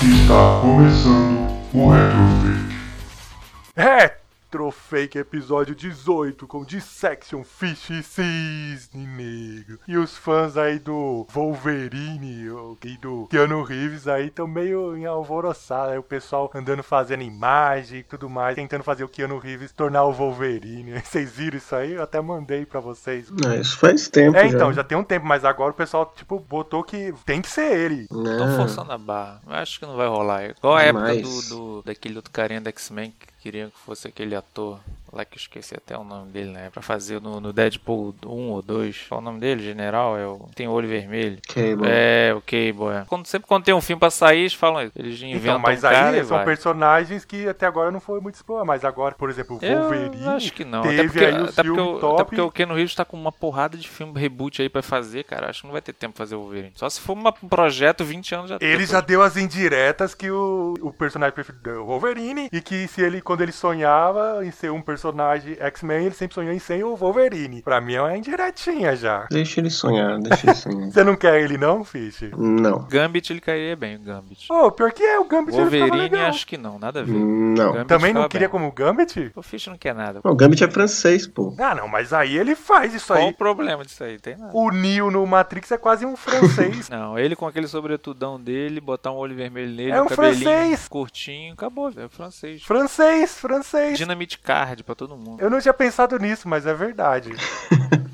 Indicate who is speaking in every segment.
Speaker 1: Está começando o Retrofit.
Speaker 2: Retrofake episódio 18 com Dissection Fish e Cisne Negro. E os fãs aí do Wolverine ou- e do Keanu Reeves aí estão meio em alvoroçada. Aí o pessoal andando fazendo imagem e tudo mais, tentando fazer o Keanu Reeves tornar o Wolverine. Vocês viram isso aí? Eu até mandei pra vocês.
Speaker 3: Não, isso faz tempo.
Speaker 2: É, então, já tem um tempo, mas agora o pessoal, tipo, botou que tem que ser ele.
Speaker 3: Não.
Speaker 4: Estão forçando a barra. Eu acho que não vai rolar. É Igual a época
Speaker 3: Demais.
Speaker 4: do, do- daquele outro carinha da X-Men que queriam que fosse aquele ator lá que eu esqueci até o nome dele, né? Pra fazer no, no Deadpool 1 ou 2. Qual o nome dele? General? É o... Tem olho vermelho.
Speaker 3: Cable.
Speaker 4: É, o Cable. é. Quando, sempre quando tem um filme pra sair, eles falam isso. Eles inventam
Speaker 2: Então, mas
Speaker 4: um cara
Speaker 2: aí
Speaker 4: e
Speaker 2: são
Speaker 4: vai.
Speaker 2: personagens que até agora não foi muito explorado. Mas agora, por exemplo, o Wolverine.
Speaker 4: Eu acho que não.
Speaker 2: teve
Speaker 4: até porque,
Speaker 2: aí o
Speaker 4: até, porque
Speaker 2: filme
Speaker 4: o-
Speaker 2: top.
Speaker 4: até porque o Keanu Reeves tá com uma porrada de filme reboot aí pra fazer, cara. Acho que não vai ter tempo pra fazer o Wolverine. Só se for uma- um projeto 20 anos já
Speaker 2: Ele já deu as indiretas que o, o personagem preferido é o Wolverine e que se ele quando ele sonhava em ser um personagem X-Men, ele sempre sonhou em ser o Wolverine. Pra mim é uma indiretinha já.
Speaker 3: Deixa ele sonhar, deixa ele sonhar.
Speaker 2: Você não quer ele não, Fish?
Speaker 3: Não.
Speaker 4: Gambit ele cairia bem, o Gambit.
Speaker 2: Ô, pior que é, o Gambit ele ficava
Speaker 4: Wolverine
Speaker 2: legal.
Speaker 4: acho que não, nada a ver.
Speaker 3: Não.
Speaker 4: Gambit
Speaker 2: Também não
Speaker 4: ficava
Speaker 2: queria
Speaker 4: bem.
Speaker 2: como o Gambit?
Speaker 4: O Fish não quer nada.
Speaker 3: O Gambit é francês, pô.
Speaker 2: Ah, não, mas aí ele faz isso
Speaker 4: Qual o
Speaker 2: aí.
Speaker 4: um problema disso aí? Tem nada.
Speaker 2: O Neo no Matrix é quase um francês.
Speaker 4: Não, ele com aquele sobretudão dele, botar um olho vermelho nele,
Speaker 2: É um
Speaker 4: um cabelinho
Speaker 2: francês.
Speaker 4: curtinho, acabou, é francês.
Speaker 2: francês, francês.
Speaker 4: Dynamite Card pra todo mundo.
Speaker 2: Eu não tinha pensado nisso, mas é verdade.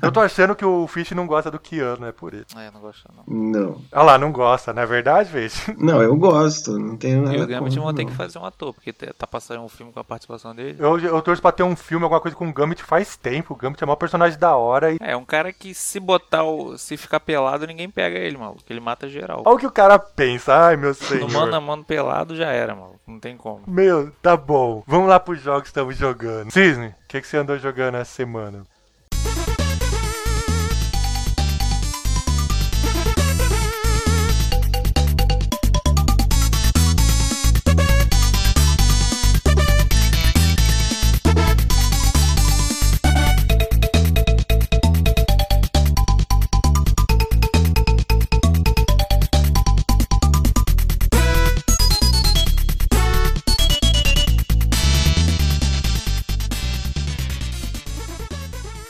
Speaker 2: Eu tô achando que o Fish não gosta do Keanu, é por isso.
Speaker 4: É, não gosto não.
Speaker 3: Não.
Speaker 2: Olha lá, não gosta, não é verdade, Fish?
Speaker 3: Não, eu gosto. Não tenho nada
Speaker 4: E o Gambit vão
Speaker 3: contra,
Speaker 4: ter
Speaker 3: não.
Speaker 4: que fazer um ator, porque te- tá passando um filme com a participação dele.
Speaker 2: Eu, eu torço pra ter um filme, alguma coisa com o Gambit faz tempo. O Gambit é o maior personagem da hora. E...
Speaker 4: É, é um cara que se botar o. se ficar pelado, ninguém pega ele, maluco. Ele mata geral.
Speaker 2: Olha o que o cara pensa. Ai, meu senhor.
Speaker 4: No mano a mano pelado já era, maluco. Não tem como.
Speaker 2: Meu, tá bom. Vamos lá pros jogos que estamos jogando. Cisne, o que, que você andou jogando essa semana?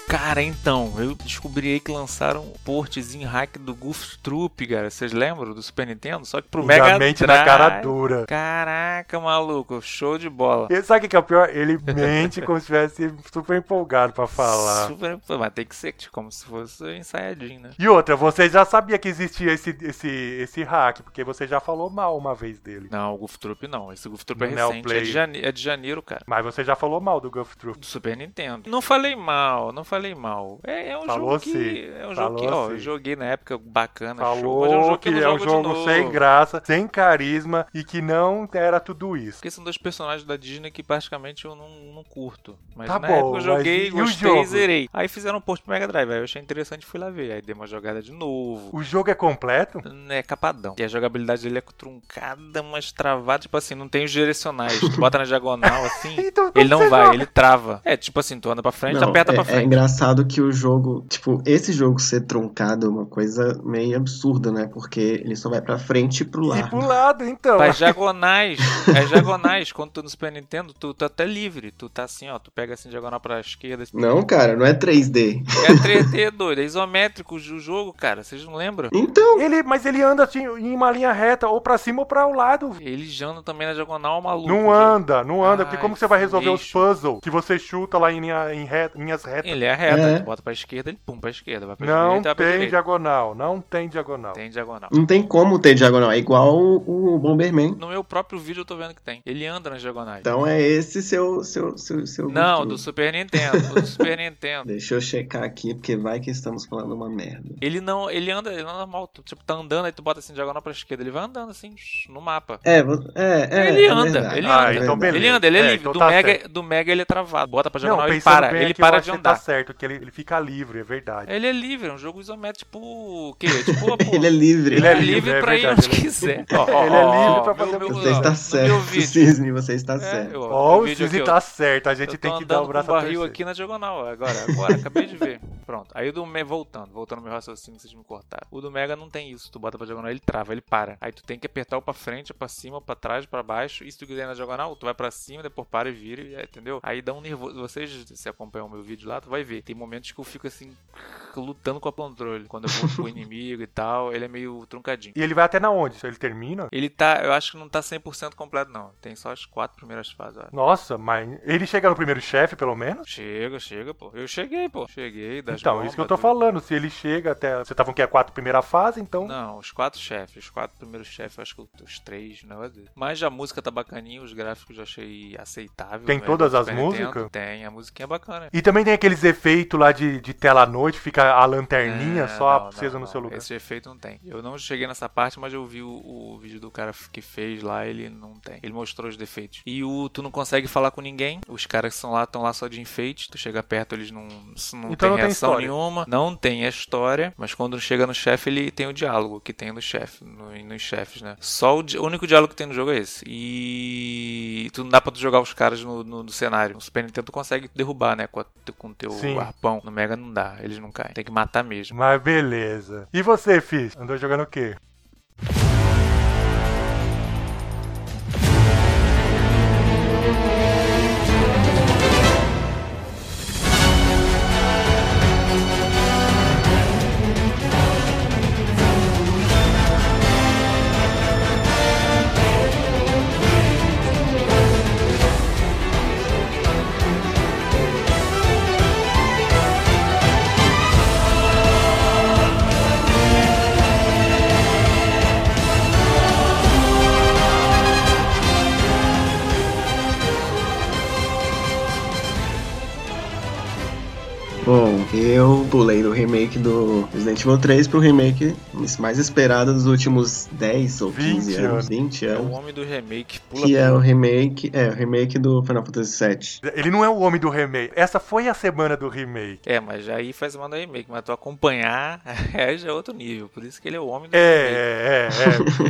Speaker 4: Cara, então, eu descobri aí que lançaram um portzinho hack do Goof Troop, cara. Vocês lembram do Super Nintendo? Só que pro Mega
Speaker 2: mente na cara
Speaker 4: Drive.
Speaker 2: dura.
Speaker 4: Caraca, maluco, show de bola.
Speaker 2: E sabe o que que é o pior? Ele mente como se estivesse super empolgado pra falar.
Speaker 4: Super, pô, mas tem que ser tipo, como se fosse ensaiadinho, né?
Speaker 2: E outra, você já sabia que existia esse, esse, esse hack, porque você já falou mal uma vez dele.
Speaker 4: Não, o Goof Troop não. Esse Goof Troop é
Speaker 2: Não,
Speaker 4: recente. É
Speaker 2: Play.
Speaker 4: de, jane- é de janeiro, cara.
Speaker 2: Mas você já falou mal do Guff Troop.
Speaker 4: do Super Nintendo. Não falei mal, não falei mal. É, é um
Speaker 2: Falou
Speaker 4: jogo que.
Speaker 2: sim,
Speaker 4: É um
Speaker 2: falou
Speaker 4: jogo que, ó,
Speaker 2: sim.
Speaker 4: eu joguei na época bacana, show, mas é um
Speaker 2: Falou
Speaker 4: jogo
Speaker 2: que
Speaker 4: eu não
Speaker 2: é um
Speaker 4: jogo de
Speaker 2: jogo
Speaker 4: novo.
Speaker 2: sem graça, sem carisma e que não era tudo isso.
Speaker 4: Porque são dois personagens da Disney que praticamente eu não, não curto. Mas
Speaker 2: Tá
Speaker 4: na
Speaker 2: bom,
Speaker 4: época eu joguei,
Speaker 2: mas e o
Speaker 4: gostei
Speaker 2: jogo?
Speaker 4: e zerei. Aí fizeram um post pro Mega Drive, aí eu achei interessante e fui lá ver. Aí dei uma jogada de novo.
Speaker 2: O jogo é completo?
Speaker 4: É capadão. E a jogabilidade dele é truncada, mas travada. Tipo assim, não tem os direcionais. Tu bota na diagonal assim,
Speaker 2: Então, como
Speaker 4: ele não
Speaker 2: você
Speaker 4: vai,
Speaker 2: joga?
Speaker 4: ele trava. É tipo assim, tu anda pra frente,
Speaker 3: Não,
Speaker 4: aperta
Speaker 3: é,
Speaker 4: pra
Speaker 3: é
Speaker 4: frente.
Speaker 3: engraçado que o jogo, tipo, esse jogo ser truncado é uma coisa meio absurda, né? Porque ele só vai pra frente e pro
Speaker 2: E
Speaker 3: lado.
Speaker 2: pro lado, então.
Speaker 4: As diagonais, as diagonais, quando tu no Super Nintendo, tu tá até livre. Tu tá assim, ó, tu pega assim diagonal pra esquerda. assim.
Speaker 3: Não, cara, não é 3D.
Speaker 4: É 3D, doido. É isométrico o jogo, cara. Vocês não lembram?
Speaker 3: Então,
Speaker 2: Ele, mas ele anda assim, em uma linha reta, ou pra cima ou pra o lado.
Speaker 4: Eles andam também na diagonal, maluco.
Speaker 2: Não anda, não anda, porque
Speaker 4: Ai,
Speaker 2: como que você vai resolver os
Speaker 4: lixo.
Speaker 2: puzzles que você chuta lá em, linha, em reta- linhas retas?
Speaker 4: Ele é reta.
Speaker 3: É.
Speaker 4: Tu bota pra esquerda, ele pum pra esquerda. Vai pra
Speaker 2: Não
Speaker 4: direita, vai
Speaker 2: tem
Speaker 4: pra tá direita.
Speaker 2: diagonal, não tem diagonal.
Speaker 4: Tem diagonal.
Speaker 3: não tem como ter diagonal. É igual o, o Bomberman.
Speaker 4: No meu próprio vídeo eu tô vendo que tem. Ele anda nas diagonais.
Speaker 3: Então é esse seu. seu, seu, seu
Speaker 4: Não,
Speaker 3: gosto.
Speaker 4: do Super Nintendo. Do Super Nintendo.
Speaker 3: Deixa eu checar aqui, porque vai que estamos falando uma merda.
Speaker 4: Ele não, ele anda, ele anda normal. Tu, tipo, tá andando, aí tu bota assim diagonal pra esquerda. Ele vai andando assim, no mapa.
Speaker 3: É, vo- é, é.
Speaker 4: Ele
Speaker 3: é
Speaker 4: anda,
Speaker 3: verdade,
Speaker 4: ele
Speaker 3: é
Speaker 2: anda. Ah,
Speaker 3: verdade.
Speaker 2: então beleza.
Speaker 4: Ele anda, ele é,
Speaker 2: É,
Speaker 4: livre.
Speaker 2: então
Speaker 4: do,
Speaker 2: tá
Speaker 4: mega,
Speaker 2: certo.
Speaker 4: do Mega ele é travado. Bota pra
Speaker 2: Não,
Speaker 4: diagonal, ele
Speaker 2: pensando
Speaker 4: para.
Speaker 2: bem
Speaker 4: Ele
Speaker 2: aqui, eu
Speaker 4: para
Speaker 2: acho
Speaker 4: de
Speaker 2: que
Speaker 4: andar.
Speaker 2: Tá certo. aberto que ele, ele fica livre, é verdade.
Speaker 4: Ele é livre, é um jogo isométrico tipo. O quê? Tipo, pô,
Speaker 3: Ele é livre.
Speaker 4: ele é
Speaker 2: livre,
Speaker 4: livre
Speaker 2: é
Speaker 4: pra ir
Speaker 2: verdade,
Speaker 4: onde
Speaker 2: ele é-
Speaker 4: quiser.
Speaker 2: Ele é livre pra fazer o que
Speaker 3: Você está
Speaker 4: no Meu
Speaker 3: certo,
Speaker 4: vídeo.
Speaker 3: Cisne, você está
Speaker 4: É,
Speaker 3: certo.
Speaker 4: eu,
Speaker 2: Ó,
Speaker 4: no
Speaker 2: o
Speaker 4: vídeo
Speaker 2: Suzy
Speaker 4: aqui,
Speaker 2: tá
Speaker 4: ó.
Speaker 2: certo, a
Speaker 4: Eu
Speaker 2: gente
Speaker 4: tô
Speaker 2: tem que dar um
Speaker 4: andando
Speaker 2: o
Speaker 4: com
Speaker 2: braço a
Speaker 4: barril aqui na diagonal, agora, agora, acabei de ver. Pronto. Aí o do Mega, voltando, voltando ao meu raciocínio que vocês me cortaram. O do Mega não tem isso, tu bota pra diagonal, ele trava, ele para. Aí tu tem que apertar o pra frente, pra cima, pra trás, pra baixo. E se tu quiser na diagonal, tu vai pra cima, depois para e vira, e- entendeu? Aí dá um nervoso. Vocês, se acompanham o meu vídeo lá, tu vai ver. Tem momentos que eu fico assim, lutando com o controle. Quando eu vou pro inimigo e tal, ele é meio truncadinho.
Speaker 2: E ele vai até na onde? Ele termina?
Speaker 4: Ele tá, eu acho que não tá 100% completo não. Tem só as quatro primeiras fases, eu acho.
Speaker 2: Nossa, mas ele chega no primeiro chefe, pelo menos?
Speaker 4: Chega, chega, pô. Eu cheguei, pô. Cheguei das
Speaker 2: então,
Speaker 4: bombas,
Speaker 2: isso que eu tô
Speaker 4: do-
Speaker 2: falando. Se ele chega até. Você tava com que é a quatro primeira fase, então.
Speaker 4: Não, os quatro chefes, os quatro primeiros chefes, eu acho que os três, não é dele. Mas a música tá bacaninha, os gráficos eu achei aceitável. é,
Speaker 2: Tem
Speaker 4: velho,
Speaker 2: todas
Speaker 4: do
Speaker 2: as
Speaker 4: Super Nintendo.
Speaker 2: músicas?
Speaker 4: Tem, a musiquinha é bacana.
Speaker 2: E também tem aqueles efeitos lá de, de tela à noite, fica a lanterninha
Speaker 4: É,
Speaker 2: só
Speaker 4: não,
Speaker 2: acesa
Speaker 4: não,
Speaker 2: no
Speaker 4: não.
Speaker 2: seu lugar.
Speaker 4: Esse efeito não tem. Eu não cheguei nessa parte, mas eu vi o, o vídeo do cara que fez lá, ele não tem. Ele mostrou os defeitos. E o tu não consegue falar com ninguém. Os caras que são lá estão lá só de enfeite. Tu chega perto, eles não, s- não
Speaker 2: Então
Speaker 4: tem
Speaker 2: não tem
Speaker 4: reação
Speaker 2: história.
Speaker 4: nenhuma. Não tem a história, mas quando chega no chefe, ele tem o diálogo que tem no chefe, no- nos chefes, né? Só o, di- o único diálogo que tem no jogo é esse. E tu não dá pra tu jogar os caras no, no- no cenário. No Super Nintendo tu consegue derrubar, né? Com, a- com o teu
Speaker 2: Sim.
Speaker 4: arpão. No Mega não dá, eles não caem. Tem que matar mesmo.
Speaker 2: Mas beleza. E você, Fiz? Andou jogando o quê?
Speaker 3: Bom, eu pulei do remake do Resident Evil 3 pro remake mais esperado dos últimos 10 ou 15
Speaker 2: 20 anos.
Speaker 3: anos, 20
Speaker 4: É o
Speaker 3: anos.
Speaker 4: homem do remake, pula
Speaker 3: um Que é o remake, é, o remake do Final Fantasy VII.
Speaker 2: Ele não é o homem do remake. Essa foi a semana do remake.
Speaker 4: É, mas aí faz uma do remake, mas tu acompanhar aí já é outro nível, por isso que ele é o homem do
Speaker 2: É,
Speaker 4: remake.
Speaker 2: é,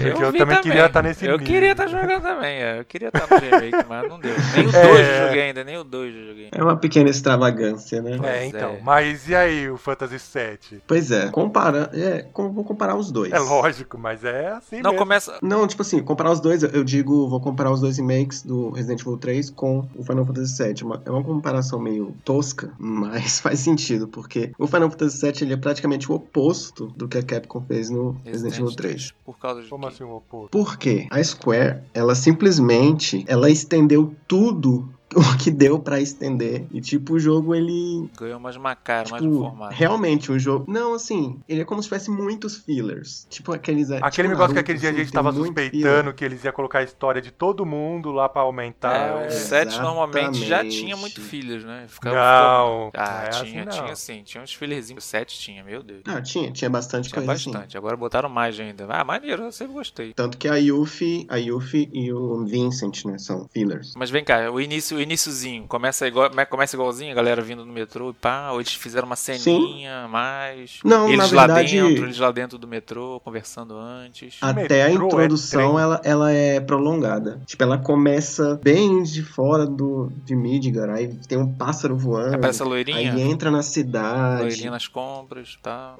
Speaker 2: é. é. Porque eu,
Speaker 4: vi
Speaker 2: também, queria estar nesse
Speaker 4: Eu
Speaker 2: nível.
Speaker 4: queria estar jogando também, é. eu queria estar no remake, mas não deu. Nem o 2
Speaker 2: É.
Speaker 4: eu joguei ainda, nem o 2 eu joguei.
Speaker 3: É uma pequena extravagância, né?
Speaker 4: Pois
Speaker 2: É, então.
Speaker 4: é.
Speaker 2: Mas e aí, o Fantasy VII?
Speaker 3: Pois é, compara, é, com- vou comparar os dois.
Speaker 2: É lógico, mas é assim
Speaker 4: Não,
Speaker 2: mesmo.
Speaker 4: começa...
Speaker 3: Não, tipo assim, comparar os dois, eu digo, vou comparar os dois remakes do Resident Evil 3 com o Final Fantasy VII. Uma- é uma comparação meio tosca, mas faz sentido, porque o Final Fantasy VII ele é praticamente o oposto do que a Capcom fez no Resident Evil 3.
Speaker 4: Por causa de
Speaker 2: Como
Speaker 4: quê?
Speaker 2: assim o oposto?
Speaker 3: Por quê? A Square, ela simplesmente, ela estendeu tudo o que deu pra estender e tipo o jogo ele
Speaker 2: assim?
Speaker 4: Ganhou mais macara, mais um
Speaker 3: tipo,
Speaker 4: informado.
Speaker 3: realmente o jogo não assim ele é como se tivesse muitos fillers tipo aqueles
Speaker 2: Aquele
Speaker 3: tipo
Speaker 2: negócio que
Speaker 3: Naruto,
Speaker 2: aquele dia a
Speaker 3: assim,
Speaker 2: gente
Speaker 3: tem
Speaker 2: tava
Speaker 3: muito
Speaker 2: suspeitando que eles iam colocar a história de todo mundo lá pra
Speaker 4: É,
Speaker 2: aumentar.
Speaker 4: o
Speaker 2: É.
Speaker 4: 7 normalmente já
Speaker 3: Exatamente.
Speaker 4: tinha muito filhos, né? Ficava
Speaker 2: Não. não
Speaker 4: Ah,
Speaker 2: é
Speaker 4: tinha,
Speaker 2: assim, não.
Speaker 4: tinha sim. Tinha uns filherzinhos. O 7 tinha, meu Deus.
Speaker 3: Ah, tinha, tinha bastante
Speaker 4: Tinha
Speaker 3: coisa assim.
Speaker 4: bastante. Agora botaram mais ainda. Ah, maneiro, eu sempre gostei.
Speaker 3: Tanto que a Yuffie, a Yuffie e o Vincent, né, são fillers.
Speaker 4: Mas vem cá, o início, o iniciozinho, começa igual, é começa igualzinho, a galera vindo no metrô e pá, ou eles fizeram uma ceninha, mais
Speaker 3: Não,
Speaker 4: eles
Speaker 3: na
Speaker 4: lá
Speaker 3: verdade- Ah,
Speaker 4: dentro, eles lá dentro do metrô, conversando antes.
Speaker 3: Até a
Speaker 2: metrô é
Speaker 3: introdução,
Speaker 2: trem.
Speaker 3: ela, ela é prolongada. Tipo, ela começa bem de fora do, de Midgar, aí tem um pássaro voando,
Speaker 4: Aparece a
Speaker 3: aí
Speaker 4: loirinha,
Speaker 3: entra na cidade.
Speaker 4: loirinha nas compras e tal.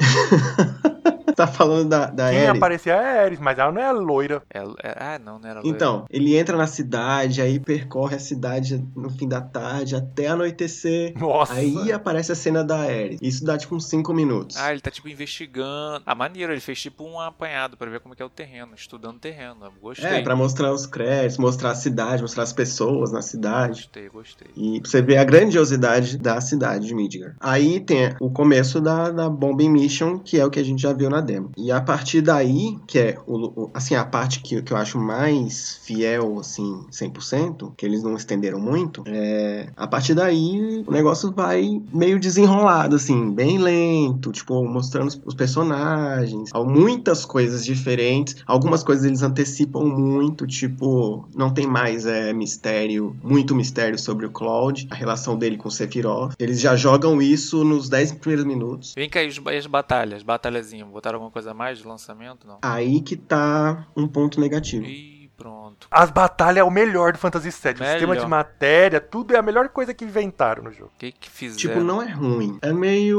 Speaker 3: Tá falando da, da
Speaker 2: Quem
Speaker 3: Ellie.
Speaker 2: aparecia é a Eris, mas ela não é loira.
Speaker 4: É- é- ah, não, não era loira.
Speaker 3: Então, ele entra na cidade, aí percorre a cidade no fim da tarde até anoitecer.
Speaker 2: Nossa.
Speaker 3: Aí é- aparece a cena da Ellie. Isso dá tipo uns 5 minutos.
Speaker 4: Ah, ele tá tipo investigando. Ah, maneiro, ele fez tipo um apanhado pra ver como é que é o terreno, estudando o terreno. Gostei.
Speaker 3: É, pra mostrar os créditos, mostrar a cidade, mostrar as pessoas na cidade.
Speaker 4: Gostei, gostei.
Speaker 3: E pra você ver a grandiosidade da cidade de Midgar. Aí tem o começo da, da Bombing Mission, que é o que a gente já viu na demo. E a partir daí, que é o, o- assim, a parte que, que eu acho mais fiel, assim, 100%, que eles não estenderam muito, é, a partir daí o negócio vai meio desenrolado, assim, bem lento, tipo, mostrando os- os personagens, há muitas coisas diferentes, algumas coisas eles antecipam muito, tipo, não tem mais é, mistério, muito mistério sobre o Cloud, a relação dele com o Sephiroth, eles já jogam isso nos 10 primeiros minutos,
Speaker 4: Vem cá, e os- e as batalhas, batalhazinha. Botaram alguma coisa a mais de lançamento? Não.
Speaker 3: Aí que tá um ponto negativo.
Speaker 4: Ih, pronto.
Speaker 2: As batalhas é o melhor do Fantasy VII. O sistema
Speaker 4: Melhor.
Speaker 2: de matéria, tudo é a melhor coisa que inventaram no jogo.
Speaker 4: O que que
Speaker 3: Tipo,
Speaker 4: fizeram?
Speaker 3: não é ruim. É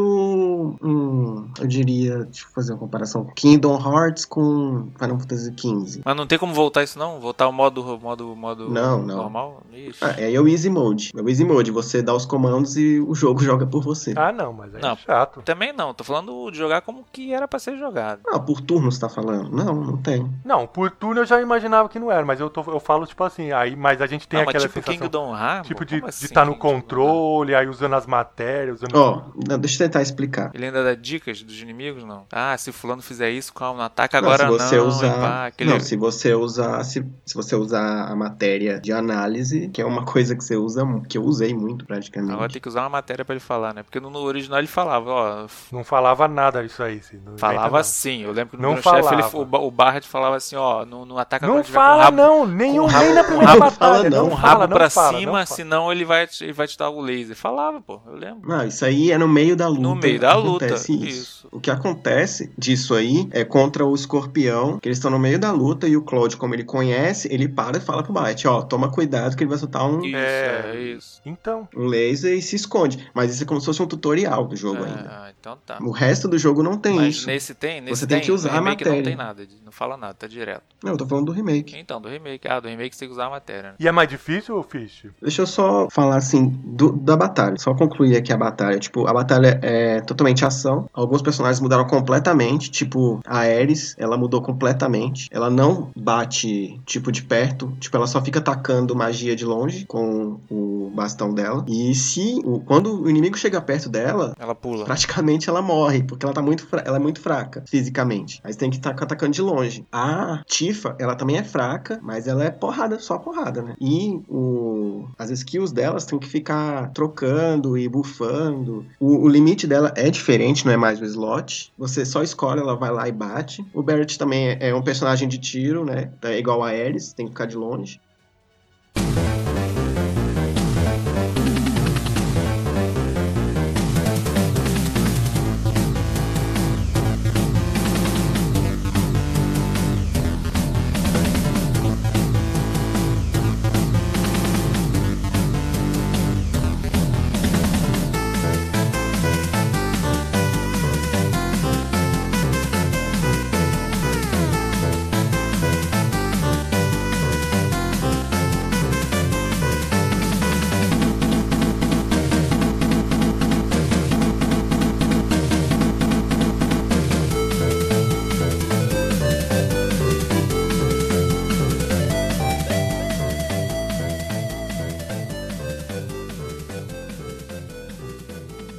Speaker 3: meio. hum, eu diria, deixa eu fazer uma comparação. Kingdom Hearts com Final Fantasy XV.
Speaker 4: Mas não tem como voltar isso não? Voltar ao modo, modo, modo
Speaker 3: Não, não.
Speaker 4: normal? Ixi.
Speaker 3: Ah, é o Easy Mode. É o Easy Mode, você dá os comandos e o jogo joga por você.
Speaker 2: Ah, não, mas aí é
Speaker 4: Não.
Speaker 2: chato.
Speaker 4: Também não, tô falando de jogar como que era pra ser jogado.
Speaker 3: Ah, por turno você tá falando? Não, não tem.
Speaker 2: Não, por turno eu já imaginava que não era, mas eu, tô, eu falo tipo assim, aí, mas a gente tem
Speaker 4: não, mas
Speaker 2: aquela
Speaker 4: tipo
Speaker 2: sensação.
Speaker 4: Kingdom Hearts.
Speaker 2: Tipo de
Speaker 4: assim,
Speaker 2: estar no controle, aí usando as matérias, usando.
Speaker 3: Ó, não, deixa eu tentar explicar.
Speaker 4: Ele ainda dá dicas dos inimigos, não? Ah, se fulano fizer isso, calma, não ataca
Speaker 3: Não,
Speaker 4: agora não.
Speaker 3: se você usar,
Speaker 4: e pá, aquele-
Speaker 3: não, se você usar, se, se você usar a matéria de análise, que é uma coisa que você usa, mu- que eu usei muito praticamente.
Speaker 4: Agora tem que usar uma matéria pra ele falar, né? Porque no no original ele falava, ó,
Speaker 2: Não falava nada disso aí. Assim, não inventa
Speaker 4: falava
Speaker 2: não.
Speaker 4: assim. Eu lembro que no
Speaker 2: Não
Speaker 4: primeiro chefe ele-
Speaker 2: falava.
Speaker 4: o, Ba- o Barret falava assim, ó, não, não ataca
Speaker 2: Não
Speaker 4: quando tiver com o
Speaker 2: fala
Speaker 4: rabo-
Speaker 2: não, nenhum,
Speaker 4: com
Speaker 2: nem na
Speaker 4: rabo-
Speaker 2: primeira
Speaker 3: rabo-
Speaker 2: batalha.
Speaker 3: fala não,
Speaker 4: com o
Speaker 2: fala,
Speaker 4: rabo
Speaker 2: não
Speaker 4: pra
Speaker 2: fala, não
Speaker 4: cima, assim.
Speaker 2: fala.
Speaker 4: senão ele vai, te, ele vai te dar o laser. Falava, pô, eu lembro.
Speaker 3: Não, isso aí é no meio da luta.
Speaker 4: No meio da luta,
Speaker 3: acontece
Speaker 4: isso.
Speaker 3: Isso. O que acontece disso aí é contra o escorpião, que eles estão no meio da luta e o Claude, como ele conhece, ele para e fala pro Bite, ó, toma cuidado que ele vai soltar um,
Speaker 4: Isso,
Speaker 2: É.
Speaker 4: é, isso.
Speaker 2: Então,
Speaker 3: um laser e se esconde. Mas isso é como se fosse um tutorial do jogo ainda.
Speaker 4: Ah, então tá.
Speaker 3: O resto do jogo não tem
Speaker 4: Mas
Speaker 3: isso.
Speaker 4: nesse tem, nesse
Speaker 3: Você tem que
Speaker 4: no
Speaker 3: usar a
Speaker 4: remake
Speaker 3: matéria.
Speaker 4: Não tem nada, ele não fala nada, tá direto.
Speaker 3: Não, eu tô falando do remake.
Speaker 4: Então, do remake. Ah, do remake você tem que usar a matéria, né?
Speaker 2: e é mais difícil, Fish?
Speaker 3: Deixa eu só falar assim do- da batalha. Só concluir aqui a batalha. Tipo, a batalha é totalmente ação. Alguns personagens mudaram completamente. Tipo, a Ares, ela mudou completamente. Ela não bate, tipo, de perto. Tipo, ela só fica atacando magia de longe com o bastão dela. E se. o- quando o inimigo chega perto dela,
Speaker 4: Ela pula.
Speaker 3: praticamente ela morre, porque ela tá muito fra- ela é muito fraca fisicamente. Aí você tem que estar atacando de longe. A Tifa, ela também é fraca, mas ela é porrada, só porrada, né? E o as skills delas tem que ficar trocando e bufando. O, o limite dela é diferente, não é mais o slot. Você só escolhe, ela vai lá e bate. O Barrett também é- é um personagem de tiro, né? É igual a Ares, tem que ficar de longe.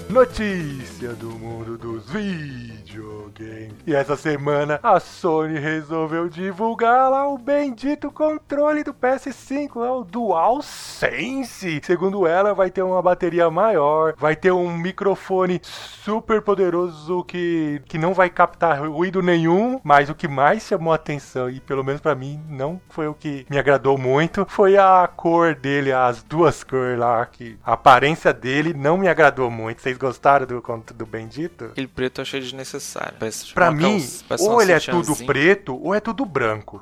Speaker 2: Notícia do mundo dos videogames. E essa semana a Sony resolveu divulgar lá o bendito controle do PS5, lá, o DualSense. Segundo ela, vai ter uma bateria maior, vai ter um microfone super poderoso que, que não vai captar ruído nenhum, mas o que mais chamou atenção, e pelo menos pra mim não foi o que me agradou muito, foi a cor dele, as duas cores lá, que a aparência dele não me agradou muito. Vocês gostaram do, conto do Bendito?
Speaker 4: Aquele preto eu achei desnecessário. Parece,
Speaker 2: Pra
Speaker 4: uma
Speaker 2: mim,
Speaker 4: calça- parece
Speaker 2: ou
Speaker 4: uma
Speaker 2: ele é
Speaker 4: sutiãzinha.
Speaker 2: tudo preto, ou é tudo branco.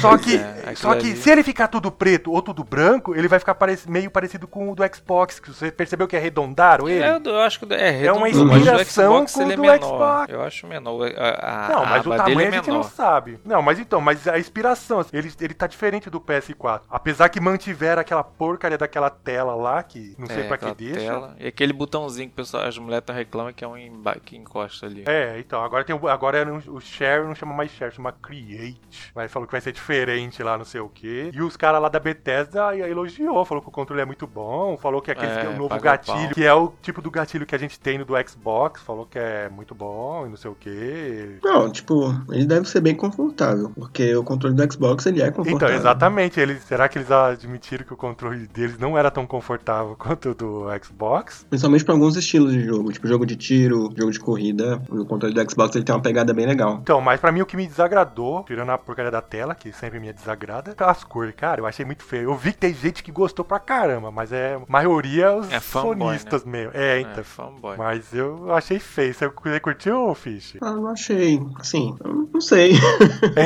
Speaker 2: só que,
Speaker 4: assim. É, aquilo
Speaker 2: só que
Speaker 4: ali.
Speaker 2: se ele ficar tudo preto ou tudo branco, ele vai ficar parec- meio parecido com o do Xbox, que você percebeu que arredondaram ele?
Speaker 4: É, eu acho que é,
Speaker 2: É uma
Speaker 4: redondo, mas o
Speaker 2: inspiração
Speaker 4: Xbox,
Speaker 2: com
Speaker 4: ele é
Speaker 2: do
Speaker 4: menor.
Speaker 2: Xbox.
Speaker 4: Eu acho menor. A, a,
Speaker 2: Não, mas
Speaker 4: a
Speaker 2: o
Speaker 4: aba dele
Speaker 2: tamanho
Speaker 4: é
Speaker 2: a gente
Speaker 4: menor.
Speaker 2: não sabe. Não, mas então, mas a inspiração, assim, ele, ele tá diferente do PS4. Apesar que mantiveram aquela porcaria daquela tela lá, que não sei
Speaker 4: É,
Speaker 2: pra que
Speaker 4: aquela
Speaker 2: deixa.
Speaker 4: tela. E aquele botãozinho que o pessoal, as mulheres tá reclamam que é um emba- que encosta ali.
Speaker 2: É, então, agora tem o, agora é no- o share não chama mais share, chama create. Mas falou que vai ser diferente lá, não sei o quê. E os caras lá da Bethesda e- elogiou, falou que o controle é muito bom, falou que aquele
Speaker 4: É,
Speaker 2: que é o novo
Speaker 4: paga o pau.
Speaker 2: gatilho, que é o tipo do gatilho que a gente tem no do Xbox, falou que é muito bom e não sei o quê.
Speaker 3: Não, tipo, ele deve ser bem confortável, porque o controle do Xbox ele é
Speaker 2: Então,
Speaker 3: confortável.
Speaker 2: exatamente, eles, será que eles admitiram que o controle deles não era tão confortável quanto o do Xbox?
Speaker 3: Principalmente pra alguns estilos de jogo, tipo jogo de tiro, jogo de corrida. O controle do Xbox ele tem uma pegada bem legal.
Speaker 2: Então, mas pra mim o que me desagradou, tirando a porcaria da tela, que sempre me desagrada, é as cores, cara, eu achei muito feio. Eu vi que tem gente que gostou pra caramba, mas é a maioria os
Speaker 4: É fanboy,
Speaker 2: sonistas mesmo. É, então.
Speaker 4: É, fanboy.
Speaker 2: Mas eu achei feio. Você você curtiu, Fish?
Speaker 3: Ah, não achei. Assim, eu não sei.